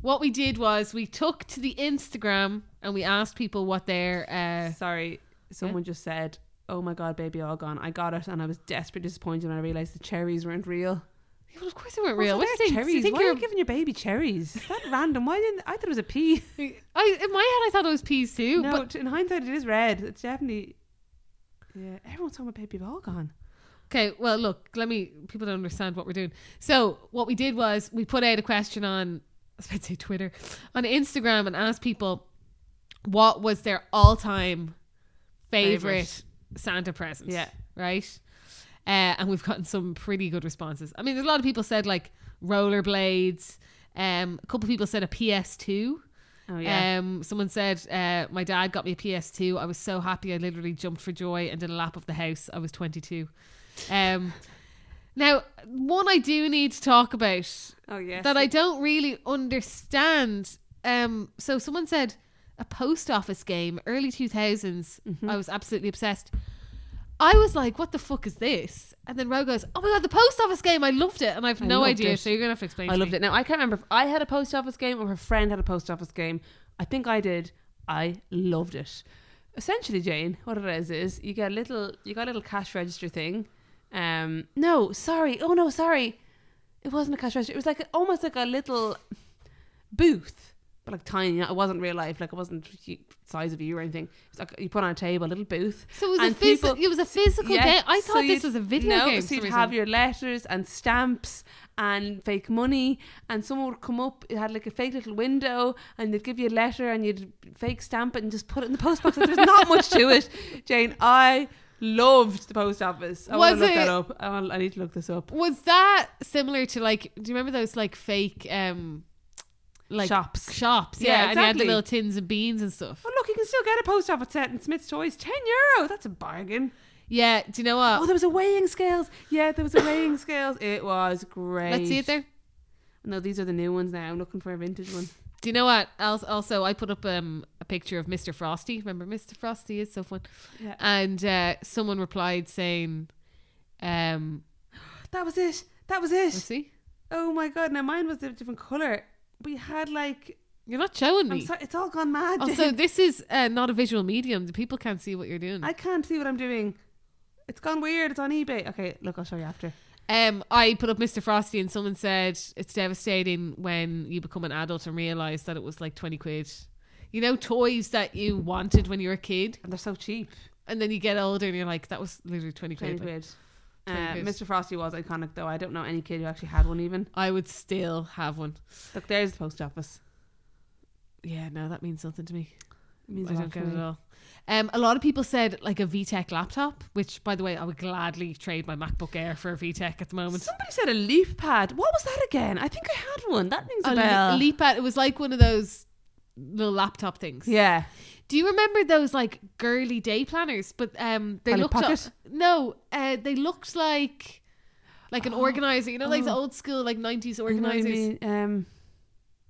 [SPEAKER 2] what we did was we took to the Instagram and we asked people what their uh,
[SPEAKER 1] Sorry, someone just said, "Oh my god, baby all gone." I got it, and I was desperately disappointed when I realized the cherries weren't real.
[SPEAKER 2] Yeah, well, of course they weren't real.
[SPEAKER 1] Also,
[SPEAKER 2] What do you
[SPEAKER 1] they're
[SPEAKER 2] think? Do
[SPEAKER 1] cherries.
[SPEAKER 2] you think
[SPEAKER 1] Why
[SPEAKER 2] you're?
[SPEAKER 1] are you giving your baby cherries? Is that random? Why didn't I thought it was a pea?
[SPEAKER 2] [laughs] I in my head I thought it was peas too,
[SPEAKER 1] No,
[SPEAKER 2] but
[SPEAKER 1] t- in hindsight, it is red. It's definitely. Yeah, everyone's talking about baby all gone.
[SPEAKER 2] okay. Well, look, let me. People don't understand what we're doing. So what we did was we put out a question on, [laughs] I was about to say Twitter, on Instagram and asked people what was their all-time favorite,
[SPEAKER 1] Favourite.
[SPEAKER 2] Santa present.
[SPEAKER 1] Yeah.
[SPEAKER 2] Right. Uh, and we've gotten some pretty good responses. I mean, there's a lot of people said like rollerblades. Um, a couple of people said a PS2.
[SPEAKER 1] Oh yeah,
[SPEAKER 2] Um, someone said, uh, "My dad got me a PS2. I was so happy. I literally jumped for joy and did a lap of the house. I was 22." Um, now, one I do need to talk about
[SPEAKER 1] oh yeah.
[SPEAKER 2] that I don't really understand. Um, so someone said a post office game, early 2000s.
[SPEAKER 1] Mm-hmm.
[SPEAKER 2] I was absolutely obsessed. I was like, "What the fuck is this?" And then Ro goes, "Oh my god, the post office game! I loved it." And I've
[SPEAKER 1] I
[SPEAKER 2] no
[SPEAKER 1] loved
[SPEAKER 2] idea.
[SPEAKER 1] it.
[SPEAKER 2] So you're gonna have to explain.
[SPEAKER 1] I
[SPEAKER 2] to
[SPEAKER 1] loved
[SPEAKER 2] me.
[SPEAKER 1] it. Now I can't remember if I had a post office game or if a friend had a post office game. I think I did. I loved it. Essentially, Jane, what it is is you get a little you got a little cash register thing. Um no, sorry. Oh no, sorry. It wasn't a cash register. It was like almost like a little booth. But like tiny, it wasn't real life. Like it wasn't hu- size of you or anything. It's like you put on a table, a little booth.
[SPEAKER 2] So it was
[SPEAKER 1] And
[SPEAKER 2] a phys-
[SPEAKER 1] people-
[SPEAKER 2] it was a physical
[SPEAKER 1] Yeah,
[SPEAKER 2] game. I
[SPEAKER 1] so
[SPEAKER 2] thought this
[SPEAKER 1] you'd-
[SPEAKER 2] was a video
[SPEAKER 1] no,
[SPEAKER 2] game. for
[SPEAKER 1] So you'd
[SPEAKER 2] some
[SPEAKER 1] have
[SPEAKER 2] reason.
[SPEAKER 1] your letters and stamps and fake money, and someone would come up. It had like a fake little window, and they'd give you a letter, and you'd fake stamp it and just put it in the postbox. Like, there's not much to
[SPEAKER 2] [laughs]
[SPEAKER 1] it, Jane. I loved the post office. I want
[SPEAKER 2] Was
[SPEAKER 1] to look
[SPEAKER 2] it-
[SPEAKER 1] that up. I, wanna- I need to look this up.
[SPEAKER 2] was that similar to like? Do you remember those like fake um, like
[SPEAKER 1] Shops.
[SPEAKER 2] Shops, yeah.
[SPEAKER 1] Yeah,
[SPEAKER 2] And you had the
[SPEAKER 1] exactly.
[SPEAKER 2] little tins of beans and stuff.
[SPEAKER 1] Oh look, you can still get a post office set in Smith's Toys. Ten euro. That's a bargain.
[SPEAKER 2] Yeah. Do you know what?
[SPEAKER 1] Oh, there was a weighing scales. Yeah, there was a weighing scales. It was great.
[SPEAKER 2] Let's see it there.
[SPEAKER 1] No, these are the new ones now. I'm looking for a vintage one.
[SPEAKER 2] Do you know what? Als- Also, I put up um, a picture of Mr. Frosty. Remember, Mr. Frosty is so fun.
[SPEAKER 1] Yeah.
[SPEAKER 2] And uh, someone replied saying, um,
[SPEAKER 1] That was it. That was it.
[SPEAKER 2] let's see.
[SPEAKER 1] Oh my god! Now mine was a different color. We had like
[SPEAKER 2] You're not showing
[SPEAKER 1] I'm
[SPEAKER 2] me.
[SPEAKER 1] sorry, it's all gone mad.
[SPEAKER 2] Also, this is uh, not a visual medium. The people can't see what you're
[SPEAKER 1] [laughs]
[SPEAKER 2] doing.
[SPEAKER 1] I can't see what I'm doing. It's gone weird. It's on eBay. Okay, look, I'll show you after.
[SPEAKER 2] Um, I put up Mr. Frosty and someone said it's devastating when you become an adult and realize that it was like 20 quid. You know, toys that you wanted when you were a kid,
[SPEAKER 1] And they're so cheap.
[SPEAKER 2] and then you get older and you're like, that was literally 20 quid.
[SPEAKER 1] Twenty
[SPEAKER 2] Like,
[SPEAKER 1] quid.
[SPEAKER 2] Twenty
[SPEAKER 1] Uh,
[SPEAKER 2] quid.
[SPEAKER 1] Mr. Frosty was iconic though. I don't know any kid who actually had one even.
[SPEAKER 2] I would still have one.
[SPEAKER 1] Look, there's the post office.
[SPEAKER 2] yeah, no, that means something to me.
[SPEAKER 1] It means a
[SPEAKER 2] I
[SPEAKER 1] lot
[SPEAKER 2] don't
[SPEAKER 1] to
[SPEAKER 2] get it
[SPEAKER 1] me.
[SPEAKER 2] at all. Um, a lot of people said like a VTech laptop, which by the way, I would gladly trade my MacBook Air for a VTech at the moment.
[SPEAKER 1] Somebody said a leaf pad. What was that again? I think I had one. That rings a,
[SPEAKER 2] A
[SPEAKER 1] bell.
[SPEAKER 2] le- leap out. It was like one of those little laptop things.
[SPEAKER 1] yeah.
[SPEAKER 2] Do you remember those like girly day planners? But um, they
[SPEAKER 1] Like a
[SPEAKER 2] looked
[SPEAKER 1] pocket?
[SPEAKER 2] up- no, uh, they looked like
[SPEAKER 1] [gasps]
[SPEAKER 2] like an
[SPEAKER 1] Oh.
[SPEAKER 2] organizer. You know, like the
[SPEAKER 1] Oh.
[SPEAKER 2] old school like nineties
[SPEAKER 1] You know what I
[SPEAKER 2] organizers.
[SPEAKER 1] mean? Um,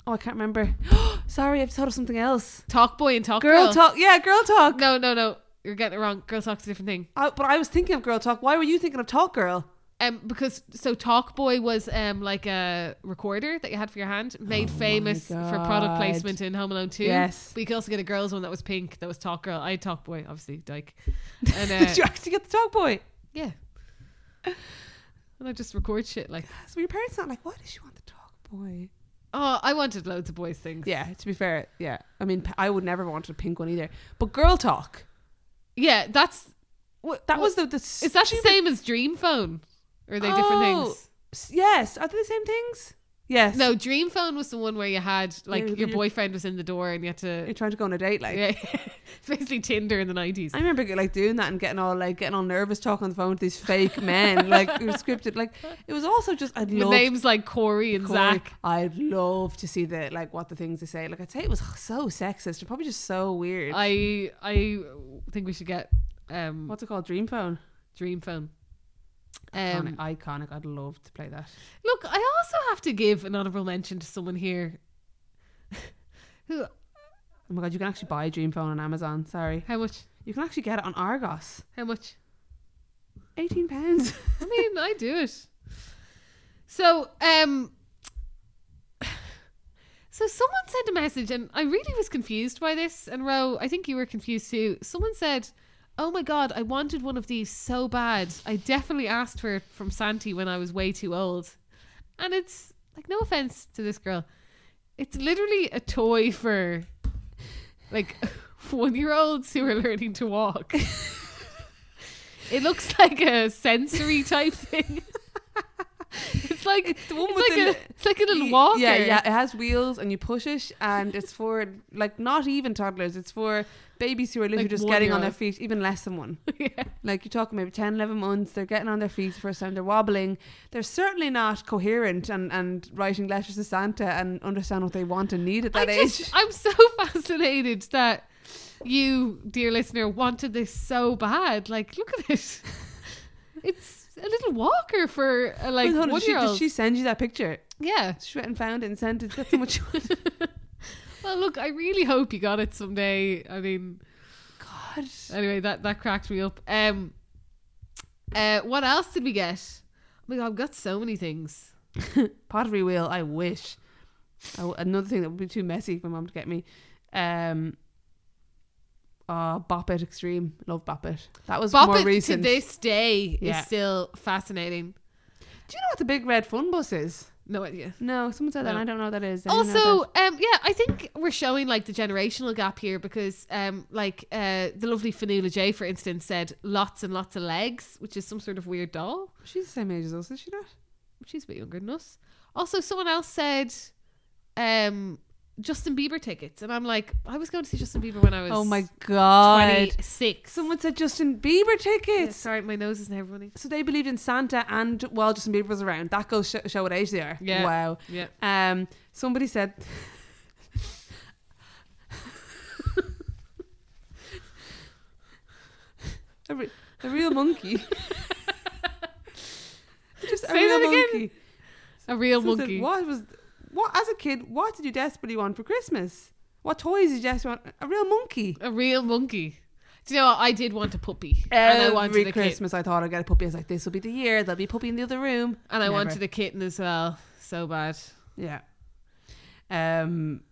[SPEAKER 1] oh, I can't remember. [gasps] Sorry, I've thought of something else.
[SPEAKER 2] Talk boy and talk
[SPEAKER 1] Girl,
[SPEAKER 2] girl.
[SPEAKER 1] talk. Yeah, girl talk.
[SPEAKER 2] No, no, no. You're getting it wrong. Girl talk's a different thing.
[SPEAKER 1] I, but I was thinking of girl talk. Why were you thinking of talk girl?
[SPEAKER 2] Um, because so Talk Boy was um like a recorder that you had for your hand, made
[SPEAKER 1] Oh my
[SPEAKER 2] famous for product
[SPEAKER 1] God.
[SPEAKER 2] placement in Home Alone Two.
[SPEAKER 1] Yes.
[SPEAKER 2] but you could also get a girls one that was pink, that was Talk Girl. I had Talk Boy,
[SPEAKER 1] [laughs]
[SPEAKER 2] obviously Dyke. And uh,
[SPEAKER 1] Did you actually get the talk boy?
[SPEAKER 2] yeah, and I just record shit like,
[SPEAKER 1] So your parents not like, why does she want the talk boy?
[SPEAKER 2] oh, I wanted loads of boys things.
[SPEAKER 1] Yeah, to be fair, yeah. I mean, p- I would never want a pink one either. But girl talk.
[SPEAKER 2] yeah, that's
[SPEAKER 1] What, that was the, the s-
[SPEAKER 2] is that the same as Dream Phone? Or are they different
[SPEAKER 1] Oh.
[SPEAKER 2] things?
[SPEAKER 1] s- yes. Are they the same things? Yes.
[SPEAKER 2] No, Dream Phone was the one where you had like
[SPEAKER 1] Yeah,
[SPEAKER 2] your
[SPEAKER 1] you-
[SPEAKER 2] boyfriend was in the door and you had to.
[SPEAKER 1] You're trying to go on a date, like.
[SPEAKER 2] Yeah, [laughs] it's basically Tinder in the nineties.
[SPEAKER 1] I remember like doing that and getting all like getting all nervous talking on the phone to these fake men like [laughs] who were scripted like it was also just I'd
[SPEAKER 2] With
[SPEAKER 1] love
[SPEAKER 2] names like Corey and
[SPEAKER 1] Corey,
[SPEAKER 2] Zach.
[SPEAKER 1] I'd love to see the like what the things they say like I'd say it was so sexist and probably just so weird
[SPEAKER 2] I I think we should get um
[SPEAKER 1] what's it called dream phone
[SPEAKER 2] Dream Phone.
[SPEAKER 1] um,
[SPEAKER 2] Um,
[SPEAKER 1] iconic I'd love to play that
[SPEAKER 2] look, I also have to give an honorable mention to someone here. [laughs] Who?
[SPEAKER 1] oh my god you can actually buy a dream phone on Amazon sorry
[SPEAKER 2] How much?
[SPEAKER 1] you can actually get it on Argos
[SPEAKER 2] How much?
[SPEAKER 1] 18 pounds [laughs]
[SPEAKER 2] I mean, I do it. So um. So someone sent a message, and I really was confused by this. And Ro, I think you were confused too. Someone said, "Oh my god, I wanted one of these so bad. I definitely asked for it from Santi when I was way too old." And it's like, no offense to this girl, it's literally a toy for like [laughs] one-year-olds who are learning to walk. it looks like a sensory type thing. [laughs] It's like it's,
[SPEAKER 1] the one with
[SPEAKER 2] like
[SPEAKER 1] the-
[SPEAKER 2] a it's like a little
[SPEAKER 1] Y-
[SPEAKER 2] walker.
[SPEAKER 1] Yeah, yeah. It has wheels and you push it, and it's for like not even toddlers. It's for babies who are literally
[SPEAKER 2] Like
[SPEAKER 1] just getting on their
[SPEAKER 2] one-year-olds.
[SPEAKER 1] feet, even less than one.
[SPEAKER 2] [laughs] yeah.
[SPEAKER 1] Like you're talking maybe 10, 11 months. They're getting on their feet the first time. They're wobbling. They're certainly not coherent and, and writing letters to Santa and understand what they want and need at that
[SPEAKER 2] I
[SPEAKER 1] age.
[SPEAKER 2] Just, I'm so [laughs] fascinated that you, dear listener, wanted this so bad. Like, look at it. It's a little walker for a, like
[SPEAKER 1] Hold on,
[SPEAKER 2] one
[SPEAKER 1] did, she,
[SPEAKER 2] year
[SPEAKER 1] did
[SPEAKER 2] old.
[SPEAKER 1] she send you that picture?
[SPEAKER 2] Yeah.
[SPEAKER 1] She went and found it and sent it. That's how much.
[SPEAKER 2] Well, look, I really hope you got it someday. I mean,
[SPEAKER 1] [laughs] God.
[SPEAKER 2] anyway, that that cracked me up. Um, uh, what else did we get? Oh my god, I've got so many things.
[SPEAKER 1] pottery wheel. I wish. I w another thing that would be too messy for my mum to get me. Um, uh, Bop It Extreme. Love Bop It. That was
[SPEAKER 2] Bop
[SPEAKER 1] more
[SPEAKER 2] it
[SPEAKER 1] recent.
[SPEAKER 2] to this day
[SPEAKER 1] Yeah.
[SPEAKER 2] is still fascinating.
[SPEAKER 1] Do you know what the big red fun bus is?
[SPEAKER 2] No idea.
[SPEAKER 1] No, someone said that. and
[SPEAKER 2] No.
[SPEAKER 1] I don't know what that is. I didn't know
[SPEAKER 2] also um
[SPEAKER 1] that.
[SPEAKER 2] yeah i think we're showing like the generational gap here because um like uh the lovely fanula j for instance said lots and lots of legs which is some sort of weird doll
[SPEAKER 1] she's the same age as us, is she not?
[SPEAKER 2] she's a bit younger than us also someone else said um justin bieber tickets and i'm like i was going to see justin bieber when i was
[SPEAKER 1] Oh my god!
[SPEAKER 2] 26
[SPEAKER 1] Someone said Justin Bieber
[SPEAKER 2] Yeah,
[SPEAKER 1] tickets.
[SPEAKER 2] sorry my nose is now running
[SPEAKER 1] So they believed in Santa and while Justin Bieber was around. That goes sh- show what age they are.
[SPEAKER 2] Yeah.
[SPEAKER 1] Wow.
[SPEAKER 2] yeah
[SPEAKER 1] Um, somebody said. a, re- a real monkey. [laughs] Just a
[SPEAKER 2] Say
[SPEAKER 1] real
[SPEAKER 2] that again.
[SPEAKER 1] monkey.
[SPEAKER 2] a real
[SPEAKER 1] Someone said,
[SPEAKER 2] monkey
[SPEAKER 1] what was what as a kid? What did you desperately want for Christmas? What toys did you desperately want? A real monkey.
[SPEAKER 2] a real monkey do you know what? i did want a puppy and i wanted a
[SPEAKER 1] Every
[SPEAKER 2] kitten.
[SPEAKER 1] Christmas, I thought I'd get a puppy. I was like, this will be the year. There'll be a puppy in the other room.
[SPEAKER 2] and i
[SPEAKER 1] Never.
[SPEAKER 2] wanted a kitten as well so bad
[SPEAKER 1] Yeah. Um.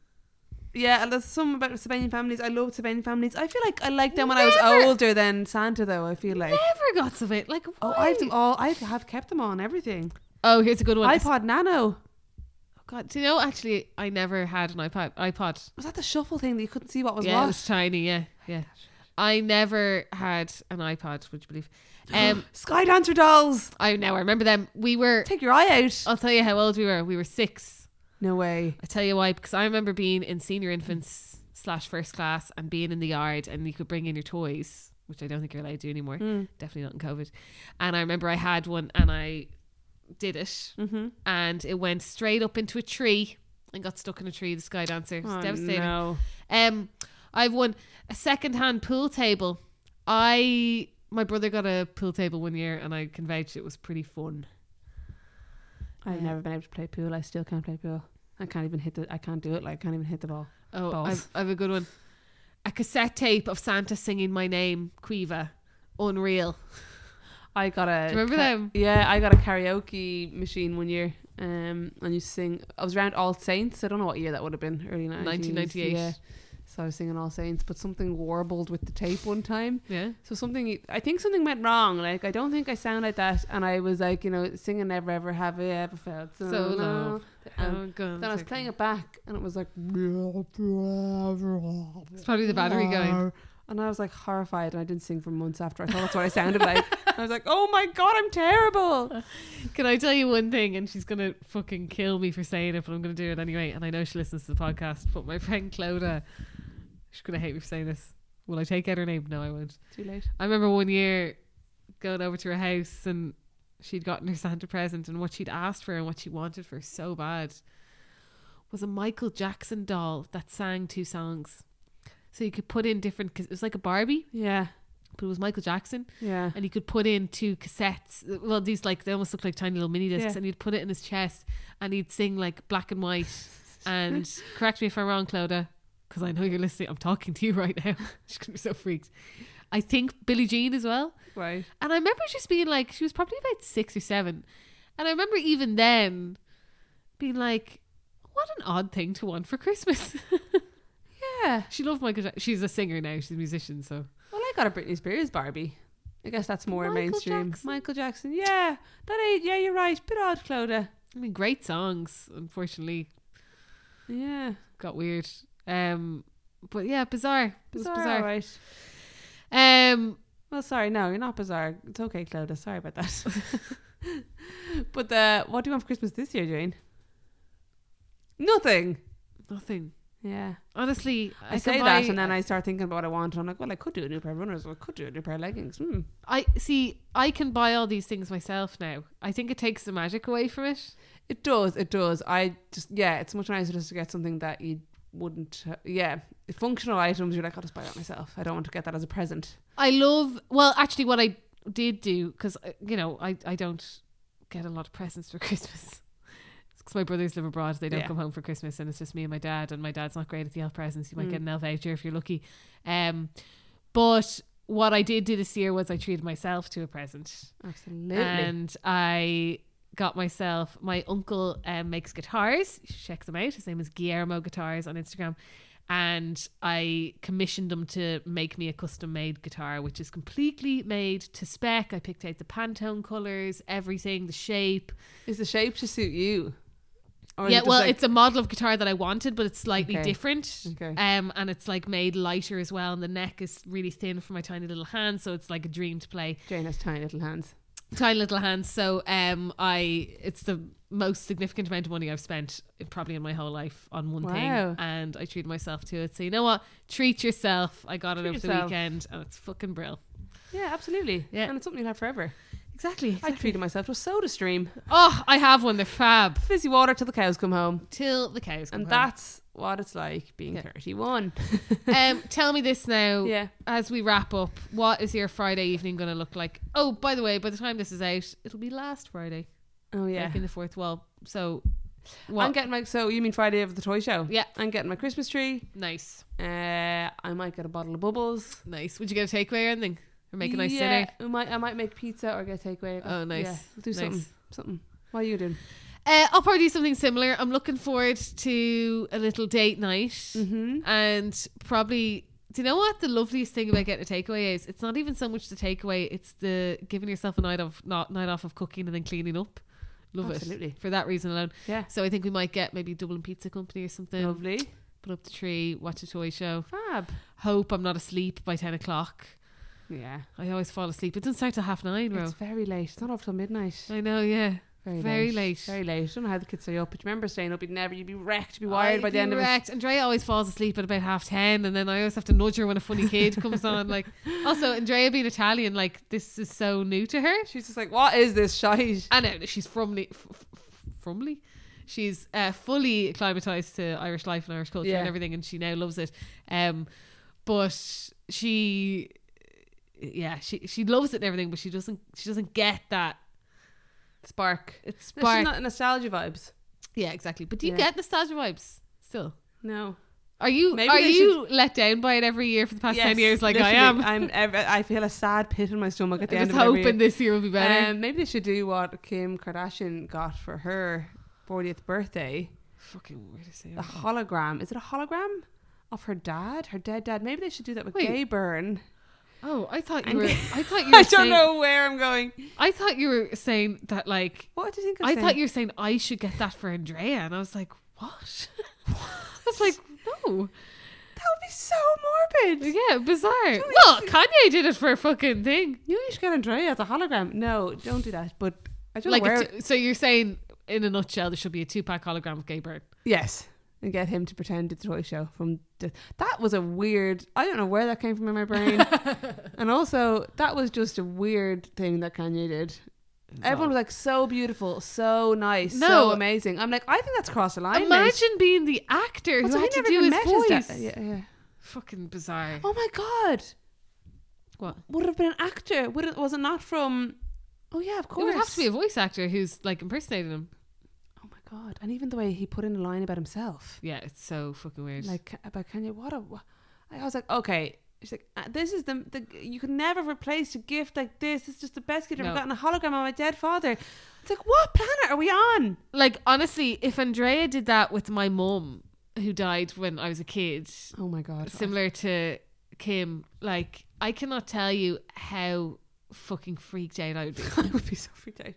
[SPEAKER 1] Yeah, and there's some about Sabinian families. I love Sabinian families. I feel like I liked them when I
[SPEAKER 2] Never-
[SPEAKER 1] was older than Santa, though. I feel like.
[SPEAKER 2] Never got some of it. Like,
[SPEAKER 1] Oh,
[SPEAKER 2] why?
[SPEAKER 1] I have them all. I have kept them on everything.
[SPEAKER 2] Oh, here's a good one.
[SPEAKER 1] iPod Nano
[SPEAKER 2] Oh, God, do you know? Actually, I never had an iPod. iPod.
[SPEAKER 1] was that the shuffle thing that you couldn't see what was
[SPEAKER 2] yeah,
[SPEAKER 1] what? Oh,
[SPEAKER 2] it was tiny. Yeah, yeah. I never had an iPod. Would
[SPEAKER 1] [gasps]
[SPEAKER 2] you believe? Um,
[SPEAKER 1] Skydancer dolls.
[SPEAKER 2] I now I remember them. We were.
[SPEAKER 1] Take your eye out.
[SPEAKER 2] I'll tell you how old we were. We were six.
[SPEAKER 1] No way.
[SPEAKER 2] I tell you why, because I remember being in senior infants slash first class and being in the yard, and you could bring in your toys, which I don't think you're allowed to do anymore.
[SPEAKER 1] Mm.
[SPEAKER 2] Definitely not in COVID. And I remember I had one, and I did it,
[SPEAKER 1] Mm-hmm.
[SPEAKER 2] and it went straight up into a tree and got stuck in a tree. The sky dancer,
[SPEAKER 1] Oh,
[SPEAKER 2] It's devastating. Um, I've won a second-hand pool table. I my brother got a pool table one year, and I can vouch it was pretty fun.
[SPEAKER 1] I've
[SPEAKER 2] Yeah.
[SPEAKER 1] never been able to play pool. I still can't play pool. I can't even hit the. I can't do it. Like I can't even hit the ball.
[SPEAKER 2] Oh,
[SPEAKER 1] Balls.
[SPEAKER 2] I've, I've a good one. A cassette tape of Santa singing my name, Quiva. Unreal.
[SPEAKER 1] I got a.
[SPEAKER 2] Do you remember them?
[SPEAKER 1] Yeah, I got a karaoke machine one year. Um, and you sing. I was around All Saints. I don't know what year that would have been. Early 90s,
[SPEAKER 2] 1998.
[SPEAKER 1] Yeah. So I was singing All Saints, but something warbled with the tape one time.
[SPEAKER 2] Yeah.
[SPEAKER 1] So something, I think something went wrong. Like I don't think I sound like that, and I was like, you know, singing "Never Ever Have I Ever Felt
[SPEAKER 2] So
[SPEAKER 1] Low."
[SPEAKER 2] loved.
[SPEAKER 1] Um,
[SPEAKER 2] oh, God.
[SPEAKER 1] then I was playing it back, and it was like, it's
[SPEAKER 2] It's probably the battery going.
[SPEAKER 1] And I was like horrified, and I didn't sing for months after. I thought that's what I sounded
[SPEAKER 2] [laughs]
[SPEAKER 1] like. I was like, oh my god, I'm terrible.
[SPEAKER 2] Can I tell you one thing? And she's going to fucking kill me for saying it, but I'm going to do it anyway. And I know she listens to the podcast, but my friend Clodagh, she's going to hate me for saying this. Will I take out her name? No, I won't.
[SPEAKER 1] Too late.
[SPEAKER 2] I remember one year going over to her house and she'd gotten her Santa present and what she'd asked for and what she wanted for so bad was a Michael Jackson doll that sang two songs. So you could put in different because it was like a Barbie,
[SPEAKER 1] Yeah,
[SPEAKER 2] but it was Michael Jackson,
[SPEAKER 1] yeah.
[SPEAKER 2] and you could put in two cassettes. Well, these like they almost look like tiny little mini discs,
[SPEAKER 1] Yeah.
[SPEAKER 2] and you'd put it in his chest, and he'd sing like black and white. and correct me if I'm wrong, Clodagh, because I know you're listening. I'm talking to you [laughs] right now. She's gonna be so freaked. I think Billie Jean as well.
[SPEAKER 1] Right.
[SPEAKER 2] And I remember just being like, she was probably about six or seven. And I remember even then being like, what an odd thing to want for Christmas. [laughs]
[SPEAKER 1] Yeah.
[SPEAKER 2] she loved Michael Jackson. She's a singer now, she's a musician. So
[SPEAKER 1] Well, I got a Britney Spears Barbie. I guess that's more
[SPEAKER 2] Michael
[SPEAKER 1] mainstream.
[SPEAKER 2] Jackson.
[SPEAKER 1] Michael Jackson. Yeah, that ain't. Yeah, you're right. Bit odd, Clodagh.
[SPEAKER 2] I mean, great songs, unfortunately,
[SPEAKER 1] Yeah,
[SPEAKER 2] got weird. Um, but yeah, bizarre. It was
[SPEAKER 1] bizarre.
[SPEAKER 2] bizarre.
[SPEAKER 1] All right.
[SPEAKER 2] Um,
[SPEAKER 1] Well, sorry, no, you're not bizarre. It's okay, Clodagh. Sorry about that. [laughs] but uh, what do you want for Christmas this year, Jane? Nothing.
[SPEAKER 2] nothing.
[SPEAKER 1] Yeah,
[SPEAKER 2] Honestly,
[SPEAKER 1] I, say that, and then I start thinking about what I want, and I'm like, well, I could do a new pair of runners, or I could do a new pair of leggings. Hmm.
[SPEAKER 2] I see. I can buy all these things myself now. I think it takes the magic away from it.
[SPEAKER 1] It does, it does. I just, yeah, it's much nicer just to get something that you wouldn't. Uh, yeah, functional items. You're like, I'll just buy that myself. I don't want to get that as a present.
[SPEAKER 2] I love. Well, actually, what I did do because you know I I don't get a lot of presents for [laughs] Christmas because my brothers live abroad. They don't
[SPEAKER 1] Yeah.
[SPEAKER 2] come home for Christmas, and it's just me and my dad. And my dad's not great at the elf presents. You might
[SPEAKER 1] Mm.
[SPEAKER 2] get an elf voucher if you're lucky. Um, but what I did do this year was I treated myself to a present.
[SPEAKER 1] Absolutely.
[SPEAKER 2] And I got myself my uncle um, makes guitars. You should check them out. His name is Guillermo Guitars on Instagram. And I commissioned him to make me a custom made guitar, which is completely made to spec. I picked out the Pantone colors, everything, the shape.
[SPEAKER 1] is the shape to suit you? Or is
[SPEAKER 2] yeah,
[SPEAKER 1] it just
[SPEAKER 2] well,
[SPEAKER 1] like-
[SPEAKER 2] it's a model of guitar that I wanted, but it's slightly
[SPEAKER 1] Okay.
[SPEAKER 2] different.
[SPEAKER 1] Okay.
[SPEAKER 2] Um, and it's like made lighter as well, and the neck is really thin for my tiny little hand, so it's like a dream to play.
[SPEAKER 1] Jane has tiny little hands.
[SPEAKER 2] tiny little hands so um i it's the most significant amount of money i've spent probably in my whole life on one
[SPEAKER 1] Wow.
[SPEAKER 2] thing and i treated myself to it so you know what treat yourself i got it
[SPEAKER 1] Treat
[SPEAKER 2] over the
[SPEAKER 1] yourself.
[SPEAKER 2] weekend and it's fucking brill
[SPEAKER 1] Yeah, absolutely.
[SPEAKER 2] Yeah.
[SPEAKER 1] And it's something you'll have forever.
[SPEAKER 2] exactly,
[SPEAKER 1] I treated myself to a soda stream.
[SPEAKER 2] oh i have one they're fab
[SPEAKER 1] Fizzy water till the cows come home.
[SPEAKER 2] till the cows come
[SPEAKER 1] And
[SPEAKER 2] home.
[SPEAKER 1] that's what it's like being
[SPEAKER 2] Yeah.
[SPEAKER 1] 31.
[SPEAKER 2] [laughs] um tell me this now
[SPEAKER 1] Yeah.
[SPEAKER 2] as we wrap up what is your friday evening going to look like oh by the way by the time this is out it'll be last friday
[SPEAKER 1] Oh, yeah.
[SPEAKER 2] breaking the fourth wall so
[SPEAKER 1] I'm
[SPEAKER 2] what
[SPEAKER 1] getting my, so you mean Friday of the toy show?
[SPEAKER 2] Yeah.
[SPEAKER 1] I'm getting my Christmas tree.
[SPEAKER 2] nice
[SPEAKER 1] Uh, I might get a bottle of bubbles.
[SPEAKER 2] nice would you get a takeaway or anything or make a nice dinner
[SPEAKER 1] yeah, I might, I might make pizza or get takeaway.
[SPEAKER 2] Oh, nice.
[SPEAKER 1] Yeah, we'll do
[SPEAKER 2] Nice.
[SPEAKER 1] something. Something. What are you doing?
[SPEAKER 2] Uh, I'll probably do something similar. I'm looking forward to a little date night
[SPEAKER 1] Mm-hmm.
[SPEAKER 2] and probably. Do you know what the loveliest thing about getting a takeaway is? It's not even so much the takeaway; it's the giving yourself a night of not night off of cooking and then cleaning up. Love
[SPEAKER 1] Absolutely.
[SPEAKER 2] it for that reason alone.
[SPEAKER 1] Yeah.
[SPEAKER 2] So I think we might get maybe Dublin Pizza Company or something.
[SPEAKER 1] Lovely.
[SPEAKER 2] Put up the tree, watch a toy show.
[SPEAKER 1] Fab.
[SPEAKER 2] Hope I'm not asleep by ten o'clock.
[SPEAKER 1] Yeah.
[SPEAKER 2] I always fall asleep. It doesn't start till half nine, bro.
[SPEAKER 1] It's very late. It's not off till midnight.
[SPEAKER 2] I know, yeah.
[SPEAKER 1] Very,
[SPEAKER 2] Very
[SPEAKER 1] late.
[SPEAKER 2] late.
[SPEAKER 1] Very late. I don't know how the kids stay up, but you remember staying up, you'd never, you'd be wrecked, you'd be
[SPEAKER 2] I'd
[SPEAKER 1] wired by
[SPEAKER 2] be
[SPEAKER 1] the end of it.
[SPEAKER 2] wrecked. Andrea always falls asleep at about half ten, and then I always have to nudge her when a funny kid comes
[SPEAKER 1] [laughs]
[SPEAKER 2] on. Like, also Andrea being Italian, like this is so new to her.
[SPEAKER 1] [laughs] She's just like, what is this shite?
[SPEAKER 2] I know she's fromly, f- f- f- fromly. She's uh, fully acclimatized to Irish life and Irish culture
[SPEAKER 1] Yeah.
[SPEAKER 2] and everything, and she now loves it. Um, but she, yeah, she she loves it and everything, but she doesn't she doesn't get that
[SPEAKER 1] Spark.
[SPEAKER 2] it's
[SPEAKER 1] No, she's
[SPEAKER 2] spark.
[SPEAKER 1] not nostalgia vibes.
[SPEAKER 2] yeah, exactly. But do you
[SPEAKER 1] Yeah.
[SPEAKER 2] get nostalgia vibes still?
[SPEAKER 1] No.
[SPEAKER 2] Are you
[SPEAKER 1] Maybe
[SPEAKER 2] are
[SPEAKER 1] they
[SPEAKER 2] you let down by it every year for the past ten
[SPEAKER 1] Yes,
[SPEAKER 2] years? Like I
[SPEAKER 1] literally.
[SPEAKER 2] am.
[SPEAKER 1] I'm, ev- I feel a sad pit in my stomach at the
[SPEAKER 2] I'm
[SPEAKER 1] end
[SPEAKER 2] just
[SPEAKER 1] of every
[SPEAKER 2] hoping this year will be better.
[SPEAKER 1] Um, maybe they should do what Kim Kardashian got for her 40th birthday
[SPEAKER 2] Fucking weird to say.
[SPEAKER 1] a hologram. Is it a hologram of her dad, her dead dad? Maybe they should do that with
[SPEAKER 2] Wait.
[SPEAKER 1] Gay Byrne.
[SPEAKER 2] Oh, I thought you
[SPEAKER 1] I'm- [laughs]
[SPEAKER 2] were. I thought you. Were
[SPEAKER 1] I don't
[SPEAKER 2] saying,
[SPEAKER 1] know where I'm going.
[SPEAKER 2] I thought you were saying that like
[SPEAKER 1] What do you think? I'm
[SPEAKER 2] I
[SPEAKER 1] saying? [laughs]
[SPEAKER 2] thought you were saying I should get that for Andrea, and I was like, what? [laughs] I
[SPEAKER 1] [laughs]
[SPEAKER 2] was like, no,
[SPEAKER 1] that would be so morbid.
[SPEAKER 2] yeah, bizarre.
[SPEAKER 1] you
[SPEAKER 2] Well, Kanye did it for a fucking thing.
[SPEAKER 1] You know you should get Andrea as a hologram. No, don't do that. But I don't
[SPEAKER 2] Like,
[SPEAKER 1] know where.
[SPEAKER 2] a two- so you're saying, in a nutshell, there should be a two pack hologram of Gay Bird.
[SPEAKER 1] yes, and get him to pretend it's a toy show from. The, that was a weird. I don't know where that came from in my
[SPEAKER 2] [laughs]
[SPEAKER 1] brain. and also, that was just a weird thing that Kanye did. Everyone was like, so beautiful, so nice,
[SPEAKER 2] No.
[SPEAKER 1] so amazing. I'm like, I think that's crossed the line. mate.
[SPEAKER 2] Imagine being the actor who
[SPEAKER 1] Also, he
[SPEAKER 2] had to
[SPEAKER 1] never
[SPEAKER 2] do
[SPEAKER 1] even
[SPEAKER 2] his
[SPEAKER 1] met
[SPEAKER 2] voice.
[SPEAKER 1] dad. Yeah, yeah.
[SPEAKER 2] Fucking bizarre.
[SPEAKER 1] Oh my god,
[SPEAKER 2] What?
[SPEAKER 1] would it have been an actor. Would it was it not from? Oh yeah, of
[SPEAKER 2] It
[SPEAKER 1] course.
[SPEAKER 2] would have to be a voice actor who's like impersonating him.
[SPEAKER 1] oh my god, and even the way he put in a line about himself.
[SPEAKER 2] Yeah, it's so fucking weird.
[SPEAKER 1] like about Kanye. What a wha- I was like, okay. She's like, uh, this is the, the you can never replace a gift like this. It's just the best gift I've
[SPEAKER 2] No.
[SPEAKER 1] ever gotten. A hologram of my dead father. It's like, what planet are we on?
[SPEAKER 2] like honestly, if Andrea did that with my mum, who died when I was a kid,
[SPEAKER 1] Oh my god.
[SPEAKER 2] similar to Kim, like I cannot tell you how fucking freaked out I would be.
[SPEAKER 1] [laughs] I would be so freaked out.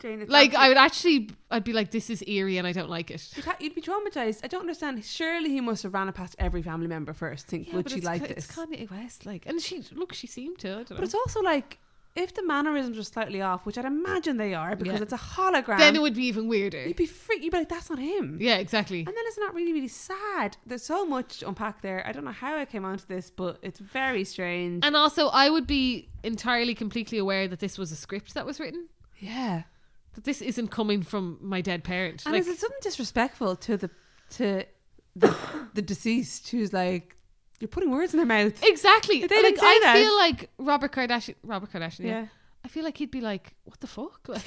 [SPEAKER 1] Jane, it's
[SPEAKER 2] Like
[SPEAKER 1] absolute-
[SPEAKER 2] I would actually, I'd be like, this is eerie and I don't like it.
[SPEAKER 1] [laughs] You'd, ha- you'd be traumatized. I don't understand. Surely he must have ran it past every family member first. Think,
[SPEAKER 2] Yeah,
[SPEAKER 1] would
[SPEAKER 2] but
[SPEAKER 1] she
[SPEAKER 2] it's
[SPEAKER 1] like
[SPEAKER 2] Ka-
[SPEAKER 1] this?
[SPEAKER 2] It's Kanye West, like, and she look, she seemed to. I don't
[SPEAKER 1] but
[SPEAKER 2] know.
[SPEAKER 1] it's also like, if the mannerisms are slightly off, which I'd imagine they are, because
[SPEAKER 2] Yeah.
[SPEAKER 1] it's a hologram.
[SPEAKER 2] Then it would be even weirder.
[SPEAKER 1] you'd be freaked. You'd be like, that's not him.
[SPEAKER 2] Yeah, exactly.
[SPEAKER 1] And then it's not really, really sad. There's so much to unpack there. I don't know how I came onto this, but it's very strange.
[SPEAKER 2] And also, I would be entirely, completely aware that this was a script that was written.
[SPEAKER 1] yeah.
[SPEAKER 2] That this isn't coming from my dead parent.
[SPEAKER 1] And
[SPEAKER 2] Like-
[SPEAKER 1] is it something disrespectful to the to the, [coughs] the deceased who's like, you're putting words in their mouth?
[SPEAKER 2] Exactly.
[SPEAKER 1] They
[SPEAKER 2] But,
[SPEAKER 1] didn't
[SPEAKER 2] like,
[SPEAKER 1] say
[SPEAKER 2] I
[SPEAKER 1] that.
[SPEAKER 2] feel like Robert Kardashian. Robert Kardashian. Yeah.
[SPEAKER 1] yeah.
[SPEAKER 2] I feel like he'd be like, "What the fuck?" [laughs] Like,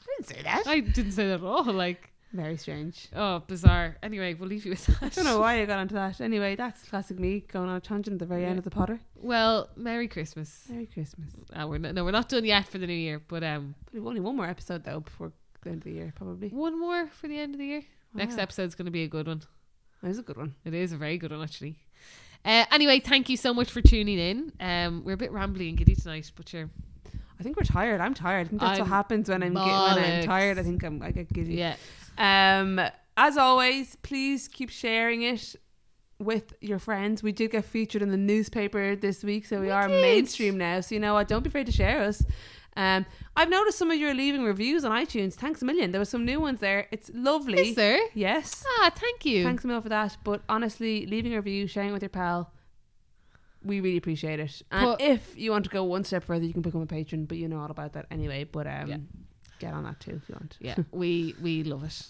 [SPEAKER 1] I didn't say that.
[SPEAKER 2] I didn't say that at all. Like,
[SPEAKER 1] Very strange.
[SPEAKER 2] oh, bizarre. Anyway, we'll leave you with that.
[SPEAKER 1] I don't know why I got onto that. Anyway, that's classic me going on a tangent at the very
[SPEAKER 2] Yeah.
[SPEAKER 1] end of the Potter.
[SPEAKER 2] Well, Merry Christmas.
[SPEAKER 1] Merry Christmas.
[SPEAKER 2] Uh, we're no, no, we're not done yet for the new year, but um,
[SPEAKER 1] We've only one more episode though before the end of the year, probably.
[SPEAKER 2] one more for the end of the year. Next
[SPEAKER 1] Wow.
[SPEAKER 2] episode's going to be a good one.
[SPEAKER 1] That was a good one.
[SPEAKER 2] It is a very good one, actually. Uh, anyway, thank you so much for tuning in. Um, we're a bit rambly and giddy tonight, but sure.
[SPEAKER 1] I think we're tired. I'm tired. I think that's
[SPEAKER 2] I'm
[SPEAKER 1] what happens when I'm gi- when I'm
[SPEAKER 2] bollocks.
[SPEAKER 1] tired. I think I'm I get giddy.
[SPEAKER 2] Yeah.
[SPEAKER 1] Um, as always, please keep sharing it with your friends. We did get featured in the newspaper this week, so we,
[SPEAKER 2] We
[SPEAKER 1] are
[SPEAKER 2] did.
[SPEAKER 1] mainstream now. So you know what? Don't be afraid to share us. Um, I've noticed some of you are leaving reviews on iTunes. Thanks a million. There were some new ones there. It's lovely.
[SPEAKER 2] Is there?
[SPEAKER 1] yes.
[SPEAKER 2] Ah, thank you.
[SPEAKER 1] Thanks a million for that. But honestly, leaving a review, sharing with your pal, we really appreciate it. And
[SPEAKER 2] Put-
[SPEAKER 1] if you want to go one step further, you can become a patron. But you know all about that anyway. But um,
[SPEAKER 2] Yeah.
[SPEAKER 1] get on that too if you want.
[SPEAKER 2] Yeah, we we love it.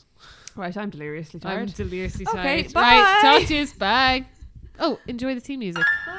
[SPEAKER 1] Right, I'm deliriously
[SPEAKER 2] I'm
[SPEAKER 1] tired.
[SPEAKER 2] deliriously
[SPEAKER 1] Okay,
[SPEAKER 2] tired.
[SPEAKER 1] bye.
[SPEAKER 2] Right, talk to you. Bye. Oh, enjoy the team music.
[SPEAKER 1] Bye.